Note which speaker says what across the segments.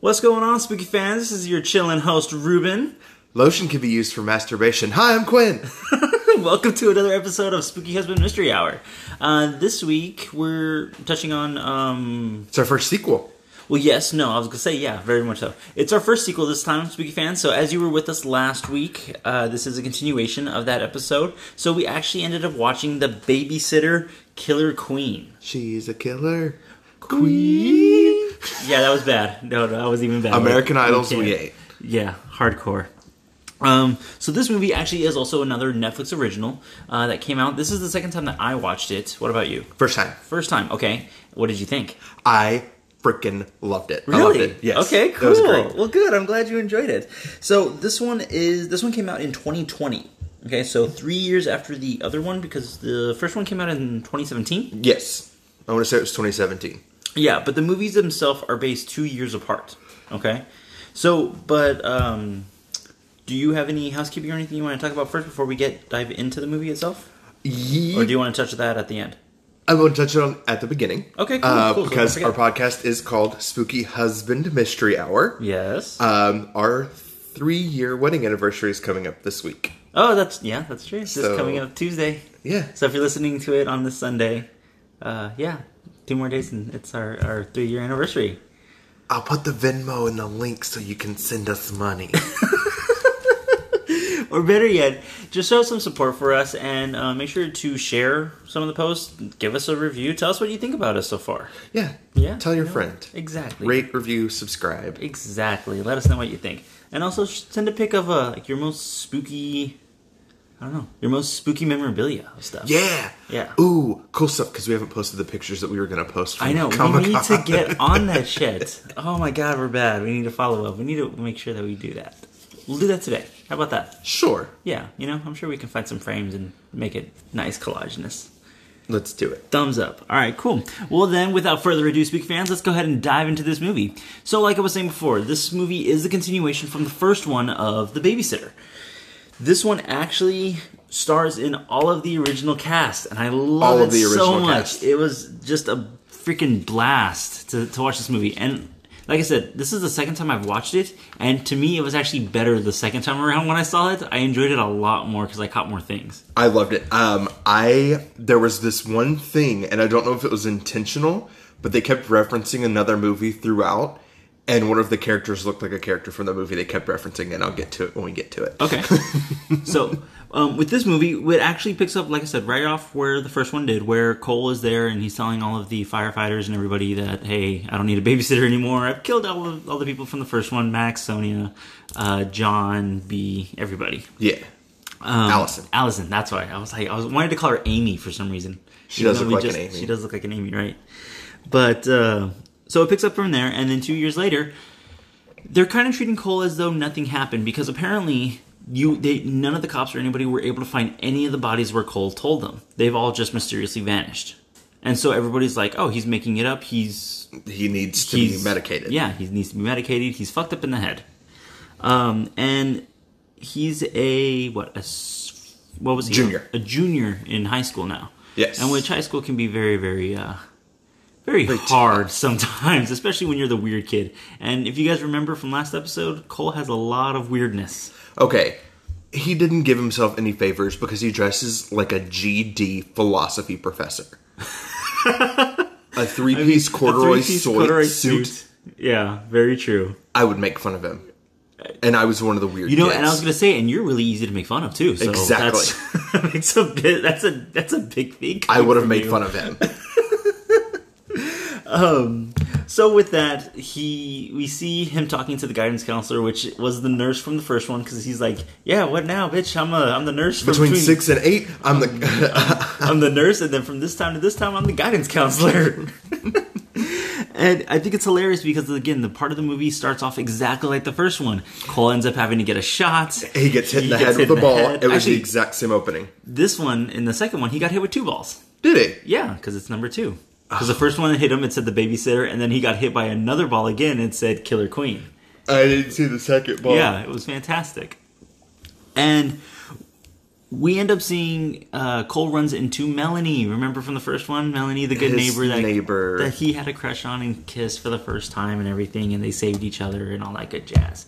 Speaker 1: What's going on, spooky fans? This is your chillin' host, Ruben.
Speaker 2: Lotion can be used for masturbation. Hi, I'm Quinn.
Speaker 1: Welcome to another episode of Spooky Husband Mystery Hour. Uh, this week we're touching on, um,
Speaker 2: It's our first sequel.
Speaker 1: well, yes, no, I was gonna say, yeah, very much so. It's our first sequel this time, spooky fans. So as you were with us last week, uh, this is a continuation of that episode. So we actually ended up watching The Babysitter Killer Queen.
Speaker 2: She's a killer queen.
Speaker 1: Yeah, that was bad. No, no, that was even bad.
Speaker 2: American Idols
Speaker 1: can't.
Speaker 2: we ate.
Speaker 1: Yeah, hardcore. Um, so this movie actually is also another Netflix original uh, that came out. This is the second time that I watched it. What about you?
Speaker 2: First time.
Speaker 1: First time. Okay. What did you think?
Speaker 2: I freaking loved it. I loved
Speaker 1: Really?
Speaker 2: it. Yes.
Speaker 1: Okay.
Speaker 2: It
Speaker 1: Cool.
Speaker 2: was great.
Speaker 1: Well, good. I'm glad you enjoyed it. So this one is this one came out in 2020. Okay, so three years after the other one because the first one came out in 2017.
Speaker 2: Yes. I want to say it was 2017.
Speaker 1: Yeah, but the movies themselves are based two years apart. Okay, so but um, do you have any housekeeping or anything you want to talk about first before we get dive into the movie itself,
Speaker 2: Ye-
Speaker 1: or do you want to touch that at the end?
Speaker 2: I will touch it on at the beginning.
Speaker 1: Okay, cool,
Speaker 2: uh,
Speaker 1: cool. So
Speaker 2: Because
Speaker 1: don't
Speaker 2: our
Speaker 1: forget.
Speaker 2: podcast is called Spooky Husband Mystery Hour.
Speaker 1: Yes.
Speaker 2: Um, our three year wedding anniversary is coming up this week.
Speaker 1: oh, that's yeah, that's true. It's just
Speaker 2: so-
Speaker 1: coming up Tuesday.
Speaker 2: Yeah.
Speaker 1: So if you're listening to it on this Sunday, uh, yeah, two more days and it's our, our three year anniversary.
Speaker 2: I'll put the Venmo in the link so you can send us money.
Speaker 1: Or better yet, just show some support for us and uh, make sure to share some of the posts. Give us a review. Tell us what you think about us so far.
Speaker 2: yeah.
Speaker 1: Yeah.
Speaker 2: Tell your
Speaker 1: no,
Speaker 2: friend.
Speaker 1: Exactly.
Speaker 2: Rate, review, subscribe.
Speaker 1: Exactly. Let us know what you think, and also sh- send a pic of uh, like your most spooky. I don't know your most spooky memorabilia of stuff.
Speaker 2: Yeah.
Speaker 1: Yeah.
Speaker 2: Ooh, cool stuff because we haven't posted the pictures that we were going to post. From
Speaker 1: I know. We need to
Speaker 2: Comic-Con.
Speaker 1: get on that shit. Oh my god, we're bad. We need to follow up. We need to make sure that we do that. We'll do that today. How about that?
Speaker 2: Sure.
Speaker 1: Yeah, you know, I'm sure we can find some frames and make it nice collagenous.
Speaker 2: Let's do it.
Speaker 1: Thumbs up. All right, cool. Well, then, without further ado, Speak fans, let's go ahead and dive into this movie. So, like I was saying before, this movie is a continuation from the first one of The Babysitter. This one actually stars in all of the original cast, and I love
Speaker 2: All of
Speaker 1: it
Speaker 2: the
Speaker 1: so
Speaker 2: original
Speaker 1: much.
Speaker 2: cast.
Speaker 1: It was just a freaking blast to, to watch this movie. And like I said, this is the second time I've watched it, and to me, it was actually better the second time around when I saw it. I enjoyed it a lot more because I caught more things.
Speaker 2: I loved it. Um, I there was this one thing, and I don't know if it was intentional, but they kept referencing another movie throughout, and one of the characters looked like a character from the movie they kept referencing, and I'll get to it when we get to it.
Speaker 1: Okay. so, um, with this movie, it actually picks up, like I said, right off where the first one did, where Cole is there and he's telling all of the firefighters and everybody that, hey, I don't need a babysitter anymore. I've killed all, of, all the people from the first one Max, Sonia, uh, John, B, everybody.
Speaker 2: Yeah,
Speaker 1: Um,
Speaker 2: Allison.
Speaker 1: Allison, that's why. I was like, I was wanted to call her Amy for some reason.
Speaker 2: She does
Speaker 1: Even
Speaker 2: look
Speaker 1: though we
Speaker 2: like an Amy.
Speaker 1: She does look like an Amy, right? But uh, so it picks up from there, and then two years later, they're kind of treating Cole as though nothing happened because apparently you they none of the cops or anybody were able to find any of the bodies where Cole told them. They've all just mysteriously vanished, and so everybody's like, "Oh, he's making it up. He's
Speaker 2: He needs to
Speaker 1: he's
Speaker 2: be medicated.
Speaker 1: Yeah, he needs to be medicated. He's fucked up in the head. Um, and he's a what a s- what was he
Speaker 2: Junior.
Speaker 1: a junior in high school now.
Speaker 2: Yes.
Speaker 1: and which high school can be very very uh, very hard sometimes, especially when you're the weird kid. And if you guys remember from last episode, Cole has a lot of weirdness.
Speaker 2: Okay. He didn't give himself any favors because he dresses like a GD philosophy professor. a three-piece corduroy,
Speaker 1: three-piece
Speaker 2: soy
Speaker 1: corduroy
Speaker 2: suit.
Speaker 1: Yeah, very true.
Speaker 2: I would make fun of him, and I was one of the weird.
Speaker 1: You know,
Speaker 2: kids.
Speaker 1: and I was gonna say, and you're really easy to make fun of too. So
Speaker 2: Exactly.
Speaker 1: That's, it's a bit. That's a that's a big thing.
Speaker 2: I would have made
Speaker 1: fun of.
Speaker 2: fun of him.
Speaker 1: So with that, he we see him talking to the guidance counselor, which was the nurse from the first one, because he's like, "Yeah, what now, bitch? I'm a I'm the nurse from
Speaker 2: Between six and eight, I'm the.
Speaker 1: I'm the nurse, and then from this time to this time, I'm the guidance counselor." and I think it's hilarious because again, the part of the movie starts off exactly like the first one. Cole ends up having to get a shot.
Speaker 2: he gets hit in the
Speaker 1: gets hit
Speaker 2: head with
Speaker 1: in
Speaker 2: a
Speaker 1: the
Speaker 2: ball.
Speaker 1: head.
Speaker 2: It was
Speaker 1: Actually,
Speaker 2: the exact same opening.
Speaker 1: this one in the second one, he got hit with two balls.
Speaker 2: Did it?
Speaker 1: Yeah, because it's number two. Because the first one that hit him, it said the babysitter, and then he got hit by another ball again, and it said killer queen.
Speaker 2: I didn't see the second ball.
Speaker 1: Yeah, it was fantastic. And we end up seeing uh, Cole runs into Melanie. Remember from the first one, Melanie, the good
Speaker 2: His
Speaker 1: neighbor that
Speaker 2: neighbor.
Speaker 1: that he had a crush on and kissed for the first time and everything, and they saved each other and all that good jazz.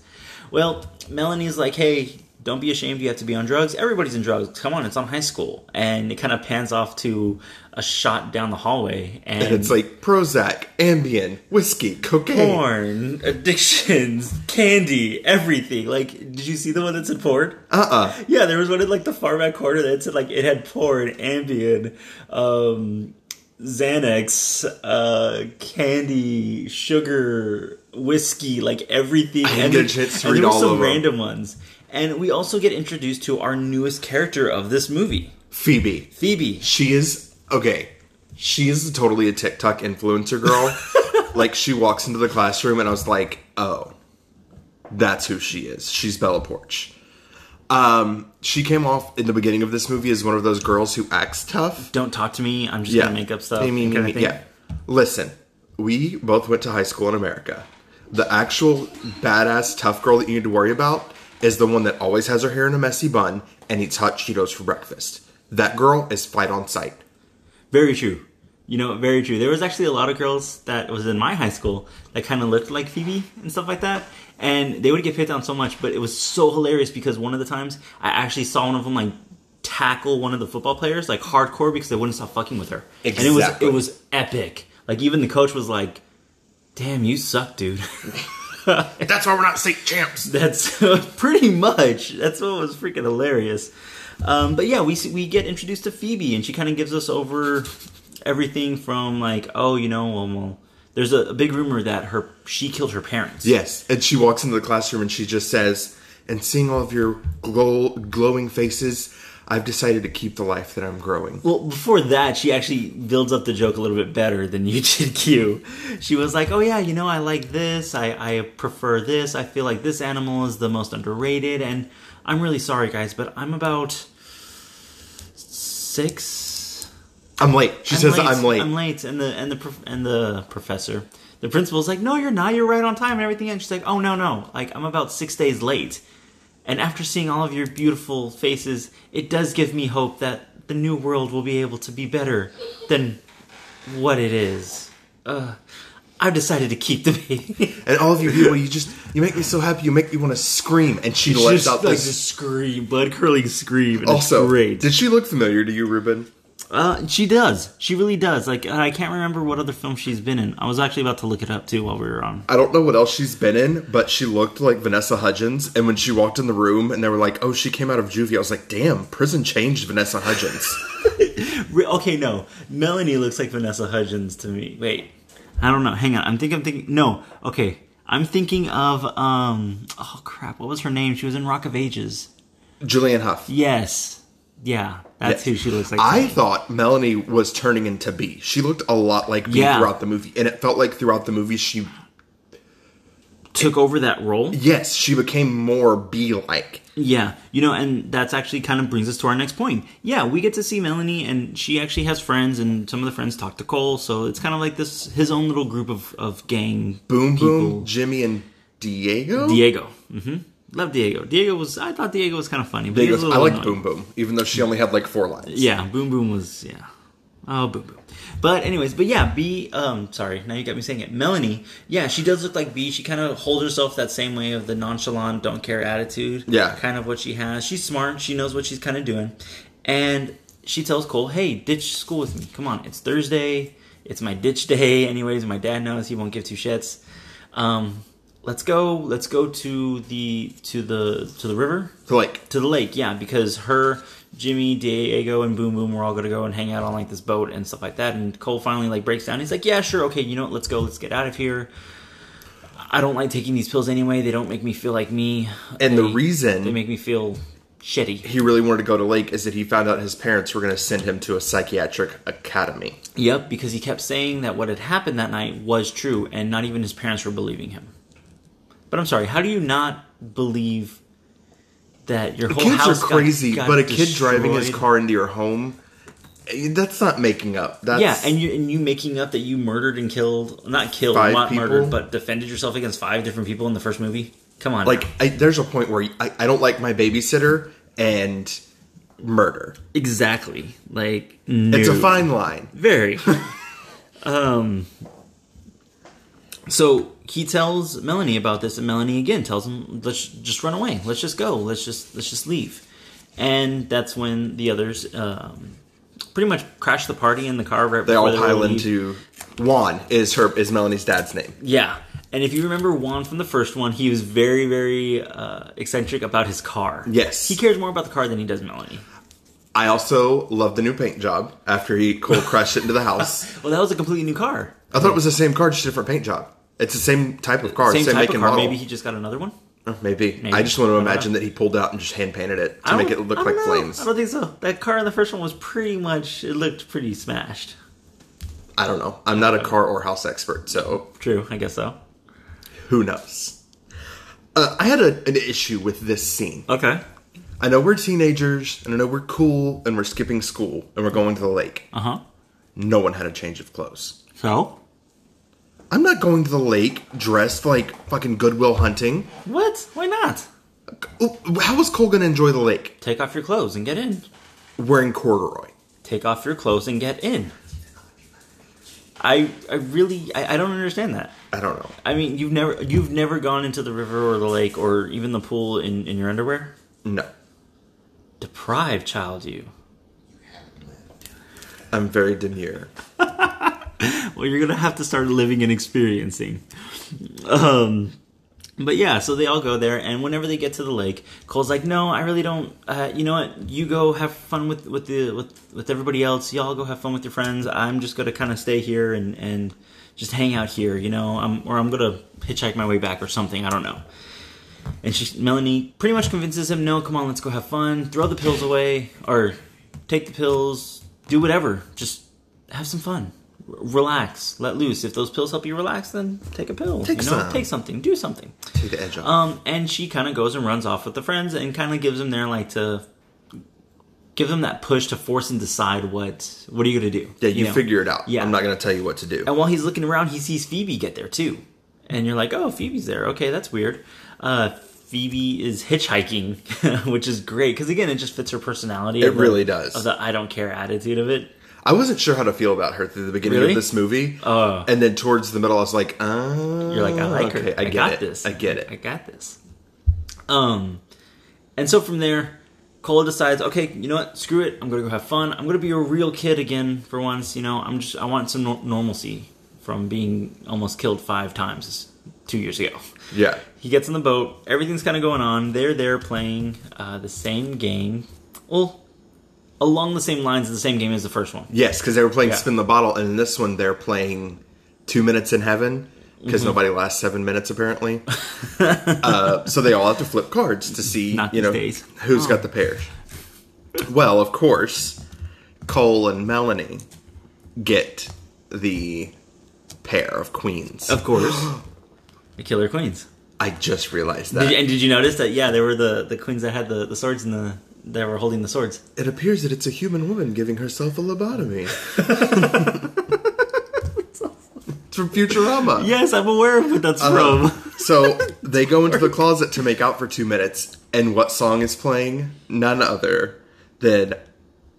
Speaker 1: Well, Melanie's like, "Hey, don't be ashamed. You have to be on drugs. Everybody's in drugs. Come on, it's on high school." And it kind of pans off to a shot down the hallway, and,
Speaker 2: And it's like Prozac, Ambien, whiskey, cocaine.
Speaker 1: porn, addictions, candy, everything. Like, did you see the one that said porn?
Speaker 2: Uh-uh.
Speaker 1: Yeah, there was one in like the far back corner that said like it had porn, Ambien, um, Xanax, uh, candy, sugar, whiskey, like everything.
Speaker 2: I
Speaker 1: and
Speaker 2: get
Speaker 1: there-
Speaker 2: a chance to
Speaker 1: and
Speaker 2: read
Speaker 1: there were
Speaker 2: all
Speaker 1: some
Speaker 2: of them.
Speaker 1: random ones. And we also get introduced to our newest character of this movie,
Speaker 2: Phoebe.
Speaker 1: Phoebe.
Speaker 2: She is okay. She is totally a TikTok influencer girl. like she walks into the classroom and I was like, "Oh, that's who she is. She's Bella Porch." Um, she came off in the beginning of this movie as one of those girls who acts tough.
Speaker 1: Don't talk to me. I'm just
Speaker 2: Yeah,
Speaker 1: gonna make up stuff.
Speaker 2: I mean,
Speaker 1: kinda thing.
Speaker 2: yeah. Listen, we both went to high school in America. The actual badass tough girl that you need to worry about is the one that always has her hair in a messy bun and eats hot Cheetos for breakfast. That girl is fight on sight.
Speaker 1: Very true. You know, very true. There was actually a lot of girls that was in my high school that kind of looked like Phoebe and stuff like that, and they would get picked on so much. But it was so hilarious because one of the times I actually saw one of them like tackle one of the football players like hardcore because they wouldn't stop fucking with her, and it was
Speaker 2: Exactly.
Speaker 1: it was epic. Like even the coach was like, "Damn, you suck, dude."
Speaker 2: That's why we're not state champs.
Speaker 1: That's pretty much. That's what was freaking hilarious. Um, but yeah, we see- we get introduced to Phoebe, and she kind of gives us over everything from like, oh, you know, well, well there's a, a big rumor that her she killed her parents.
Speaker 2: Yes, and she walks into the classroom and she just says, "And seeing all of your glow- glowing faces, I've decided to keep the life that I'm growing."
Speaker 1: Well, before that, she actually builds up the joke a little bit better than you did, Q. She was like, "Oh yeah, you know, I like this. I, I prefer this. I feel like this animal is the most underrated." And I'm really sorry, guys, but I'm about six,
Speaker 2: I'm late. She says, "I'm late."
Speaker 1: I'm late. And the and the prof- and the professor, the principal's like, no, you're not. You're right on time and everything. And she's like, oh no, no, like I'm about six days late. And after seeing all of your beautiful faces, it does give me hope that the new world will be able to be better than what it is. Uh, I've decided to keep the baby.
Speaker 2: And all of you people, you just you make me so happy. You make me want to scream. And she lets out
Speaker 1: like
Speaker 2: this.
Speaker 1: a scream, blood curling scream. and it's
Speaker 2: also,
Speaker 1: great.
Speaker 2: did she look familiar to you, Ruben?
Speaker 1: Uh, she does. She really does. Like I can't remember what other film she's been in. I was actually about to look it up too while we were on.
Speaker 2: I don't know what else she's been in, but she looked like Vanessa Hudgens. And when she walked in the room, and they were like, "Oh, she came out of juvie," I was like, "Damn, prison changed Vanessa Hudgens."
Speaker 1: Re- okay, no. Melanie looks like Vanessa Hudgens to me. Wait, I don't know. Hang on. I'm thinking. I'm thinking. No. Okay. I'm thinking of um. Oh crap! What was her name? She was in Rock of Ages.
Speaker 2: Julianne Hough.
Speaker 1: Yes. Yeah. That's who she looks like. to
Speaker 2: I
Speaker 1: me.
Speaker 2: thought Melanie was turning into B. She looked a lot like B
Speaker 1: Yeah.
Speaker 2: throughout the movie, and it felt like throughout the movie she
Speaker 1: took over that role.
Speaker 2: yes she became more B like.
Speaker 1: Yeah, you know, and that's actually kind of brings us to our next point. Yeah, we get to see Melanie, and she actually has friends, and some of the friends talk to Cole, so it's kind of like this his own little group of of gang.
Speaker 2: Boom
Speaker 1: people.
Speaker 2: Boom, Jimmy and Diego.
Speaker 1: Diego, hmm love Diego. Diego was I thought Diego was kind of funny. But he was
Speaker 2: Diego's,
Speaker 1: a
Speaker 2: I
Speaker 1: little
Speaker 2: like
Speaker 1: annoying.
Speaker 2: Boom Boom, even though she only had like four lines.
Speaker 1: Yeah, Boom Boom was yeah. Oh, Boom Boom. But anyways, but yeah, B. Um, sorry, now you got me saying it. Melanie, yeah, she does look like B. She kind of holds herself that same way of the nonchalant, don't care attitude.
Speaker 2: Yeah.
Speaker 1: kind of what she has. She's smart. She knows what she's kind of doing, and she tells Cole, "Hey, ditch school with me. Come on, it's Thursday. It's my ditch day. Anyways, my dad knows he won't give two shits. Um, let's go. Let's go to the to the to the river
Speaker 2: So like
Speaker 1: to the lake, yeah, because her, Jimmy, Diego, and Boom Boom were all gonna go and hang out on like this boat and stuff like that. And Cole finally like breaks down. He's like, "Yeah, sure, okay, you know what? Let's go. Let's get out of here. I don't like taking these pills anyway. They don't make me feel like me.
Speaker 2: And the
Speaker 1: They-
Speaker 2: reason-
Speaker 1: they make me feel shitty.
Speaker 2: he really wanted to go to Lake is that he found out his parents were going to send him to a psychiatric academy.
Speaker 1: Yep, because he kept saying that what had happened that night was true, and not even his parents were believing him. But I'm sorry, how do you not believe that your whole
Speaker 2: Kids are
Speaker 1: house got-
Speaker 2: crazy,
Speaker 1: got
Speaker 2: but a kid driving his
Speaker 1: destroyed?
Speaker 2: car into your home eh, that's not making up. That's
Speaker 1: Yeah, and you and you making up that you murdered and killed not killed,
Speaker 2: Five
Speaker 1: not
Speaker 2: people?
Speaker 1: murdered, but defended yourself against five different people in the first movie. Come on,
Speaker 2: like
Speaker 1: now.
Speaker 2: I, there's a point where I, I don't like my babysitter and murder.
Speaker 1: Exactly. Like
Speaker 2: It's a
Speaker 1: no.
Speaker 2: fine line.
Speaker 1: Very. um. So he tells Melanie about this, and Melanie again tells him, "Let's just run away. Let's just go. Let's just let's just leave." And that's when the others um, pretty much crash the party in the car. Right
Speaker 2: They all
Speaker 1: before were
Speaker 2: pile
Speaker 1: leave.
Speaker 2: into Juan is her is Melanie's dad's name.
Speaker 1: Yeah. And if you remember Juan from the first one, he was very, very uh, eccentric about his car.
Speaker 2: Yes.
Speaker 1: He cares more about the car than he does Melanie.
Speaker 2: I also love the new paint job after he cold crashed it into the house.
Speaker 1: Well, that was a completely new car.
Speaker 2: I thought it was the same car, just a different paint job. It's the same type of car,
Speaker 1: Same,
Speaker 2: same,
Speaker 1: type
Speaker 2: make
Speaker 1: of
Speaker 2: and
Speaker 1: car.
Speaker 2: model.
Speaker 1: Maybe he just got another one.
Speaker 2: Uh, Maybe.
Speaker 1: Maybe.
Speaker 2: I just want
Speaker 1: I
Speaker 2: to
Speaker 1: don't
Speaker 2: imagine
Speaker 1: know.
Speaker 2: that he pulled out and just hand painted it
Speaker 1: I
Speaker 2: to make
Speaker 1: don't-
Speaker 2: it look
Speaker 1: I
Speaker 2: like
Speaker 1: don't know.
Speaker 2: flames.
Speaker 1: I don't think so. That car in the first one was pretty much. It looked pretty smashed.
Speaker 2: I don't know. I'm not a car or house expert, so
Speaker 1: True, I guess so.
Speaker 2: who knows? Uh, I had a, an issue with this scene.
Speaker 1: Okay.
Speaker 2: I know we're teenagers, and I know we're cool, and we're skipping school, and we're going to the lake.
Speaker 1: Uh huh.
Speaker 2: No one had a change of clothes.
Speaker 1: So
Speaker 2: I'm not going to the lake dressed like fucking Goodwill hunting.
Speaker 1: what? Why not?
Speaker 2: Oh, How was Cole gonna enjoy the lake?
Speaker 1: Take off your clothes and get in.
Speaker 2: Wearing corduroy.
Speaker 1: Take off your clothes and get in. I I really I, I don't understand that.
Speaker 2: I don't know.
Speaker 1: I mean, you've never you've never gone into the river or the lake or even the pool in in your underwear.
Speaker 2: No.
Speaker 1: Deprive child, you.
Speaker 2: I'm very demure.
Speaker 1: Well, you're gonna have to start living and experiencing. Um, but yeah, so they all go there, and whenever they get to the lake, Cole's like, "No, I really don't. Uh, you know what? You go have fun with with the with with everybody else. Y'all go have fun with your friends. I'm just gonna kind of stay here and and just hang out here. You know, I'm, or I'm gonna hitchhike my way back or something. I don't know." And she, Melanie, pretty much convinces him, "No, come on, let's go have fun. Throw the pills away, or take the pills. Do whatever. Just have some fun. R- relax. Let loose. If those pills help you relax, then take a pill.
Speaker 2: Take
Speaker 1: you know,
Speaker 2: some.
Speaker 1: take something. Do something."
Speaker 2: Take the edge off.
Speaker 1: Um, and she kind of goes and runs off with the friends and kind of gives them their like to give them that push to force and decide what what are you gonna do?
Speaker 2: yeah, you,
Speaker 1: know?
Speaker 2: figure it out.
Speaker 1: yeah.
Speaker 2: I'm not gonna tell you what to do.
Speaker 1: And while he's looking around, he sees Phoebe get there too, and you're like, oh, Phoebe's there. Okay, that's weird. Uh, Phoebe is hitchhiking, which is great because again, it just fits her personality.
Speaker 2: It
Speaker 1: of the-
Speaker 2: really does.
Speaker 1: Of the I don't care attitude of it.
Speaker 2: I wasn't sure how to feel about her through the beginning
Speaker 1: Really?
Speaker 2: of this movie,
Speaker 1: Oh.
Speaker 2: and then towards the middle, I was like, "Oh,
Speaker 1: You're like, I like her. I,
Speaker 2: get
Speaker 1: got
Speaker 2: it.
Speaker 1: this.
Speaker 2: I get it."
Speaker 1: I got this. Um, and so from there, Cole decides, okay, you know what? Screw it. I'm gonna go have fun. I'm gonna be a real kid again for once. You know, I'm just I want some nor- normalcy from being almost killed five times two years ago.
Speaker 2: yeah,
Speaker 1: He gets in the boat. Everything's kind of going on. They're there playing uh, the same game. Well, along the same lines of the same game as the first one.
Speaker 2: yes, because they were playing
Speaker 1: Yeah.
Speaker 2: spin the bottle, and in this one, they're playing two minutes in heaven
Speaker 1: Mm-hmm.
Speaker 2: because nobody lasts seven minutes apparently. uh, so they all have to flip cards to see,
Speaker 1: Not
Speaker 2: you know,
Speaker 1: these days.
Speaker 2: who's
Speaker 1: Oh.
Speaker 2: got the pair. Well, of course, Cole and Melanie get the pair of queens.
Speaker 1: Of course, the Killer Queens.
Speaker 2: I just realized that.
Speaker 1: Did you, and did you notice that? Yeah, they were the the queens that had the the swords and the that were holding the swords.
Speaker 2: It appears that it's a human woman giving herself a lobotomy. it's from Futurama.
Speaker 1: Yes, I'm aware of what that's
Speaker 2: Uh,
Speaker 1: from.
Speaker 2: so they go into the closet to make out for two minutes, and what song is playing? None other than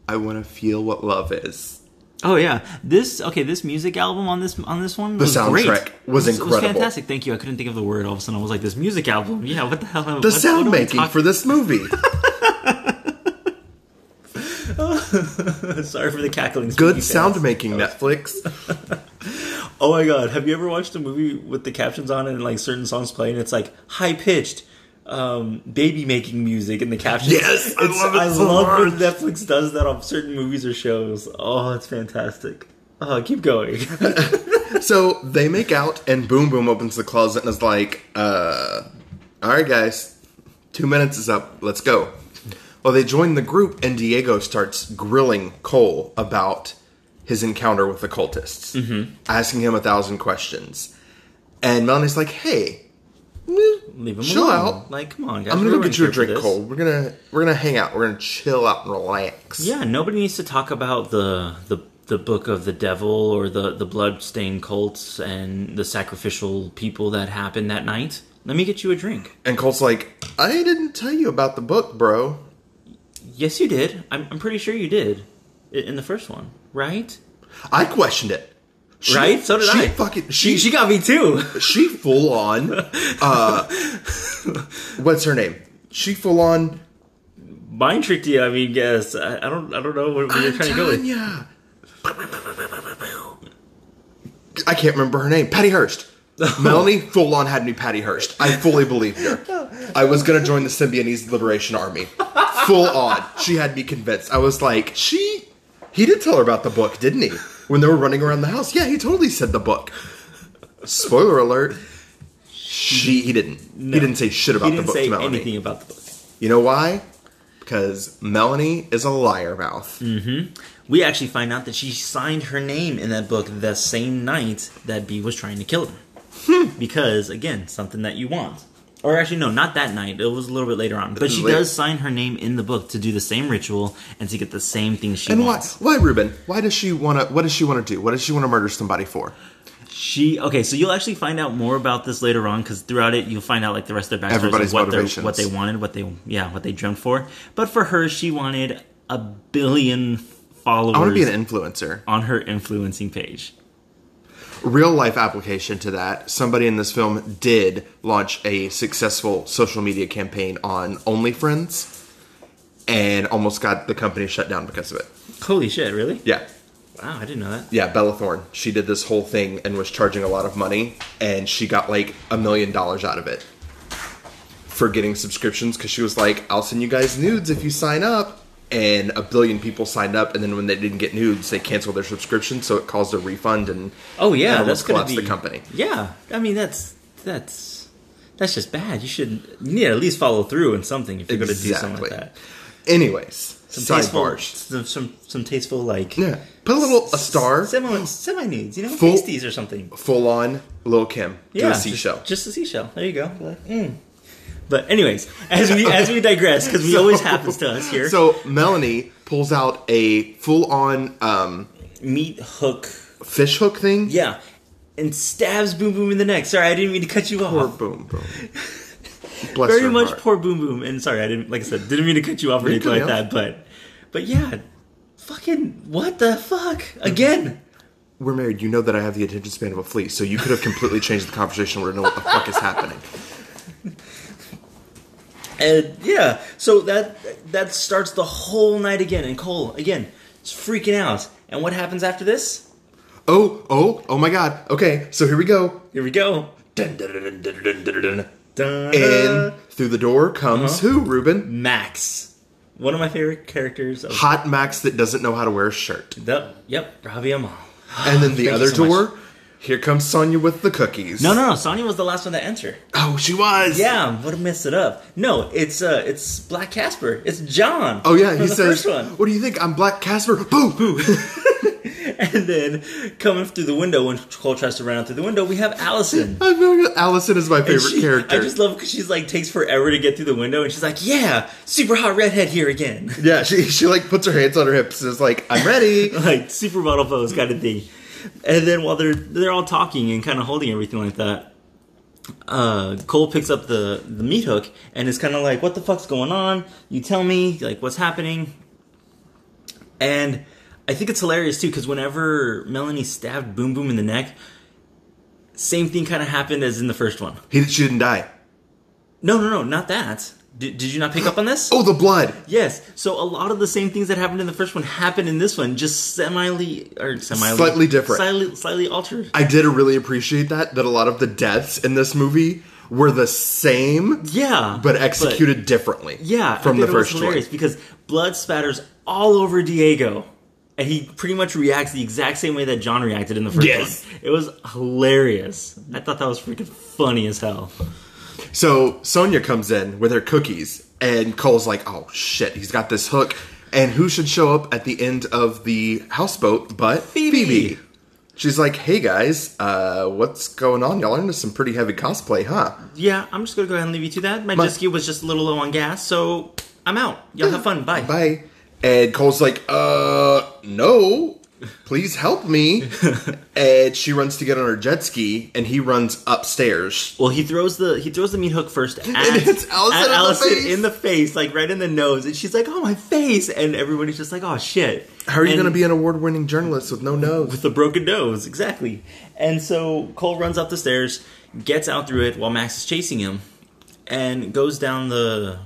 Speaker 2: "I Want to Feel What Love Is."
Speaker 1: Oh yeah, this okay. This music album on this on this one. The was
Speaker 2: soundtrack
Speaker 1: great.
Speaker 2: was
Speaker 1: It It was
Speaker 2: incredible.
Speaker 1: fantastic. Thank you. I couldn't think of the word. All of a sudden, I was like, "This music album." Yeah, what the hell? am-
Speaker 2: The
Speaker 1: what- what
Speaker 2: sound
Speaker 1: are we
Speaker 2: making
Speaker 1: talking-
Speaker 2: for this movie.
Speaker 1: Sorry for the cackling.
Speaker 2: Good
Speaker 1: spooky fans.
Speaker 2: sound making. Netflix.
Speaker 1: Oh my god, have you ever watched a movie with the captions on and like certain songs play and it's like high pitched um, baby making music in the captions?
Speaker 2: Yes, I
Speaker 1: It's-
Speaker 2: love it
Speaker 1: I
Speaker 2: so
Speaker 1: love when
Speaker 2: much.
Speaker 1: Netflix does that on certain movies or shows. Oh, it's fantastic. Oh, keep going.
Speaker 2: So they make out, and Boom Boom opens the closet and is like, uh, all right, guys, two minutes is up. Let's go. Well, they join the group, and Diego starts grilling Cole about his encounter with the cultists, mm-hmm. asking him a thousand questions. And Melanie's like, hey,
Speaker 1: Leave him
Speaker 2: Chill
Speaker 1: alone.
Speaker 2: out.
Speaker 1: Like, come on, guys.
Speaker 2: I'm
Speaker 1: we
Speaker 2: gonna go
Speaker 1: weren't
Speaker 2: get you
Speaker 1: here
Speaker 2: a
Speaker 1: for
Speaker 2: drink,
Speaker 1: this.
Speaker 2: Cole. We're gonna we're gonna hang out. We're gonna chill out and relax.
Speaker 1: Yeah, nobody needs to talk about the the the book of the devil or the the bloodstained cults and the sacrificial people that happened that night. Let me get you a drink.
Speaker 2: And Cole's like, I didn't tell you about the book, bro.
Speaker 1: Yes, you did. I'm, I'm pretty sure you did I- in the first one, right?
Speaker 2: I questioned it. She-
Speaker 1: right? So did
Speaker 2: she
Speaker 1: I.
Speaker 2: Fucking
Speaker 1: she she got me too.
Speaker 2: she full on uh what's her name she full on
Speaker 1: Mind tricked you. I mean, guess I, I don't I don't know what you're trying to go with.
Speaker 2: Tanya. i can't remember her name patty hurst melanie full on had me patty hurst i fully believed her i was gonna join the symbionese liberation army full on she had me convinced i was like she he did tell her about the book didn't he when they were running around the house yeah he totally said the book spoiler alert she he didn't he didn't say shit
Speaker 1: He
Speaker 2: about the
Speaker 1: didn't
Speaker 2: book
Speaker 1: say
Speaker 2: to melanie
Speaker 1: anything about the book.
Speaker 2: You know why? Because Melanie is a liar mouth.
Speaker 1: We actually find out that she signed her name in that book the same night that B was trying to kill him.
Speaker 2: Hmm.
Speaker 1: because again, something that you want. Or actually, no, not that night. It was a little bit later on. But
Speaker 2: was
Speaker 1: she
Speaker 2: later.
Speaker 1: does sign her name in the book to do the same ritual and to get the same thing she
Speaker 2: And why?
Speaker 1: wants.
Speaker 2: Why, Ruben? Why does she want to? What does she want to do? What does she want to murder somebody for?
Speaker 1: She okay, so you'll actually find out more about this later on because throughout it you'll find out like the rest of their backstories,
Speaker 2: Everybody's
Speaker 1: of what, they're-
Speaker 2: motivations.
Speaker 1: what they wanted, what they yeah, what they dreamt for. But for her, she wanted a billion followers
Speaker 2: I want to be an influencer.
Speaker 1: on her influencing page.
Speaker 2: Real life application to that. Somebody in this film did launch a successful social media campaign on OnlyFriends, and almost got the company shut down because of it.
Speaker 1: Holy shit! Really?
Speaker 2: Yeah,
Speaker 1: Wow, I didn't know that.
Speaker 2: yeah. Bella Thorne. She did this whole thing and was charging a lot of money, and she got like a million dollars out of it. for getting subscriptions because she was like, I'll send you guys nudes if you sign up. And a billion people signed up, and then when they didn't get nudes, they canceled their subscription, so it caused a refund and
Speaker 1: Oh yeah,
Speaker 2: and
Speaker 1: that's
Speaker 2: almost
Speaker 1: gonna
Speaker 2: collapsed
Speaker 1: be
Speaker 2: the company.
Speaker 1: Yeah, I mean that's that's that's just bad. You should you need to at least follow through in something if you're going to do
Speaker 2: Exactly.
Speaker 1: something like that.
Speaker 2: Anyways,
Speaker 1: Some tasteful,
Speaker 2: sidebars.
Speaker 1: some, some some tasteful like
Speaker 2: Yeah, put a little a star,
Speaker 1: semi semi nudes, you know,
Speaker 2: Full-
Speaker 1: pasties or something.
Speaker 2: full on Lil Kim, yeah,
Speaker 1: Yeah,
Speaker 2: a seashell.
Speaker 1: Just, just a seashell. There you go. Like, mm. But anyways, as we as we digress, because we always happens to us here.
Speaker 2: So Melanie pulls out a full on um,
Speaker 1: meat hook,
Speaker 2: fish hook thing.
Speaker 1: yeah, and stabs Boom Boom in the neck. Sorry, I didn't mean to cut you off.
Speaker 2: Poor boom boom. Bless
Speaker 1: very
Speaker 2: her
Speaker 1: much
Speaker 2: heart.
Speaker 1: poor boom boom and sorry i didn't like i said didn't mean to cut you off or anything like
Speaker 2: could
Speaker 1: that but but yeah fucking what the fuck again
Speaker 2: we're married. You know that I have the attention span of a flea, so you could have completely changed the conversation. Where know what the fuck is happening?
Speaker 1: and yeah so that that starts the whole night again and cole again is freaking out and what happens after this
Speaker 2: Oh, oh, oh my God. Okay, so here we go.
Speaker 1: here we go
Speaker 2: Dun, dun, dun, dun, dun, dun, dun, dun, dun.
Speaker 1: Dun.
Speaker 2: And through the door comes who? Ruben,
Speaker 1: max one of my favorite characters of
Speaker 2: hot Max that doesn't know how to wear a shirt.
Speaker 1: the, yep ravi amal
Speaker 2: And then the
Speaker 1: Thank you
Speaker 2: other
Speaker 1: so much.
Speaker 2: door, here comes Sonya with the cookies.
Speaker 1: no no no sonya was the last one to enter
Speaker 2: Oh, she was.
Speaker 1: yeah would have messed it up no it's uh it's black casper it's john
Speaker 2: Oh yeah,
Speaker 1: from
Speaker 2: he
Speaker 1: the
Speaker 2: says.
Speaker 1: first one.
Speaker 2: What do you think? I'm Black Casper. Boo, boo.
Speaker 1: And then coming through the window when Cole tries to run out through the window, we have Allison.
Speaker 2: I feel like Allison is my favorite
Speaker 1: She-
Speaker 2: character.
Speaker 1: I just love because she's like takes forever to get through the window, and she's like, "Yeah, super hot redhead here again."
Speaker 2: yeah, she she like puts her hands on her hips and is like, "I'm ready."
Speaker 1: like supermodel pose kind of thing. And then while they're they're all talking and kind of holding everything like that, uh, Cole picks up the the meat hook and is kind of like, "What the fuck's going on? You tell me, like, what's happening?" And I think it's hilarious too because whenever Melanie stabbed Boom Boom in the neck, same thing kind of happened as in the first one.
Speaker 2: he she didn't die.
Speaker 1: No, no, no, not that. Did, did you not pick up on this?
Speaker 2: Oh, the blood.
Speaker 1: Yes. So a lot of the same things that happened in the first one happened in this one, just semi or semi
Speaker 2: Slightly different.
Speaker 1: slightly, slightly altered.
Speaker 2: I did really appreciate that that a lot of the deaths in this movie were the same
Speaker 1: yeah,
Speaker 2: but executed differently.
Speaker 1: yeah, I
Speaker 2: from
Speaker 1: think
Speaker 2: the
Speaker 1: it was
Speaker 2: first one.
Speaker 1: hilarious because blood spatters all over Diego, and he pretty much reacts the exact same way that John reacted in the first
Speaker 2: Yes.
Speaker 1: one. It was hilarious. I thought that was freaking funny as hell.
Speaker 2: So Sonia comes in with her cookies, and Cole's like, "Oh shit, he's got this hook." And who should show up at the end of the houseboat but
Speaker 1: Phoebe.
Speaker 2: She's like, "Hey guys, uh, what's going on? Y'all are into some pretty heavy cosplay, huh?"
Speaker 1: Yeah, I'm just gonna go ahead and leave you to that. My,
Speaker 2: My-
Speaker 1: jet ski was just a little low on gas, so I'm out. Y'all have fun. Bye.
Speaker 2: Bye. And Cole's like, "Uh, no." please help me. and she runs to get on her jet ski, and he runs upstairs.
Speaker 1: Well, he throws the he throws the meat hook first at,
Speaker 2: hits Allison
Speaker 1: at
Speaker 2: in the
Speaker 1: Allison
Speaker 2: face.
Speaker 1: in the face, like right in the nose, and she's like, "Oh my face!" And everybody's just like, "Oh shit!"
Speaker 2: How are you
Speaker 1: And-
Speaker 2: going to be an award winning journalist with no nose?
Speaker 1: with a broken nose, exactly. And so Cole runs up the stairs, gets out through it while Max is chasing him, and goes down the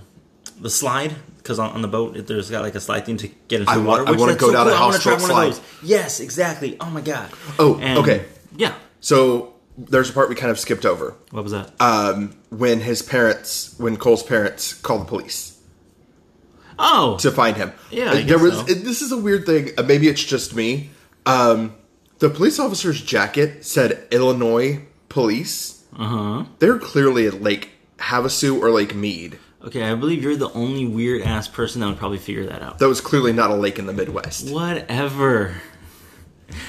Speaker 1: the slide because on, on the boat there's got like a slide thing to get into
Speaker 2: I
Speaker 1: the
Speaker 2: want-
Speaker 1: water.
Speaker 2: I
Speaker 1: which
Speaker 2: wanna
Speaker 1: that's
Speaker 2: go down
Speaker 1: cool.
Speaker 2: a
Speaker 1: I wanna
Speaker 2: houseboat
Speaker 1: try one of
Speaker 2: slide.
Speaker 1: those. Yes, exactly. Oh my god.
Speaker 2: Oh, okay.
Speaker 1: Yeah.
Speaker 2: So there's a part we kind of skipped over
Speaker 1: What was that?
Speaker 2: um, when his parents, when Cole's parents call the police.
Speaker 1: oh,
Speaker 2: to find him.
Speaker 1: Yeah, I
Speaker 2: there
Speaker 1: guess
Speaker 2: was.
Speaker 1: so.
Speaker 2: it- this is a weird thing. uh, Maybe it's just me. Um, the police officer's jacket said Illinois Police. Uh
Speaker 1: Uh-huh.
Speaker 2: huh. They're clearly at Lake Havasu or Lake Mead.
Speaker 1: okay. I believe you're the only weird ass person that would probably figure that out.
Speaker 2: That was clearly not a lake in the Midwest.
Speaker 1: Whatever.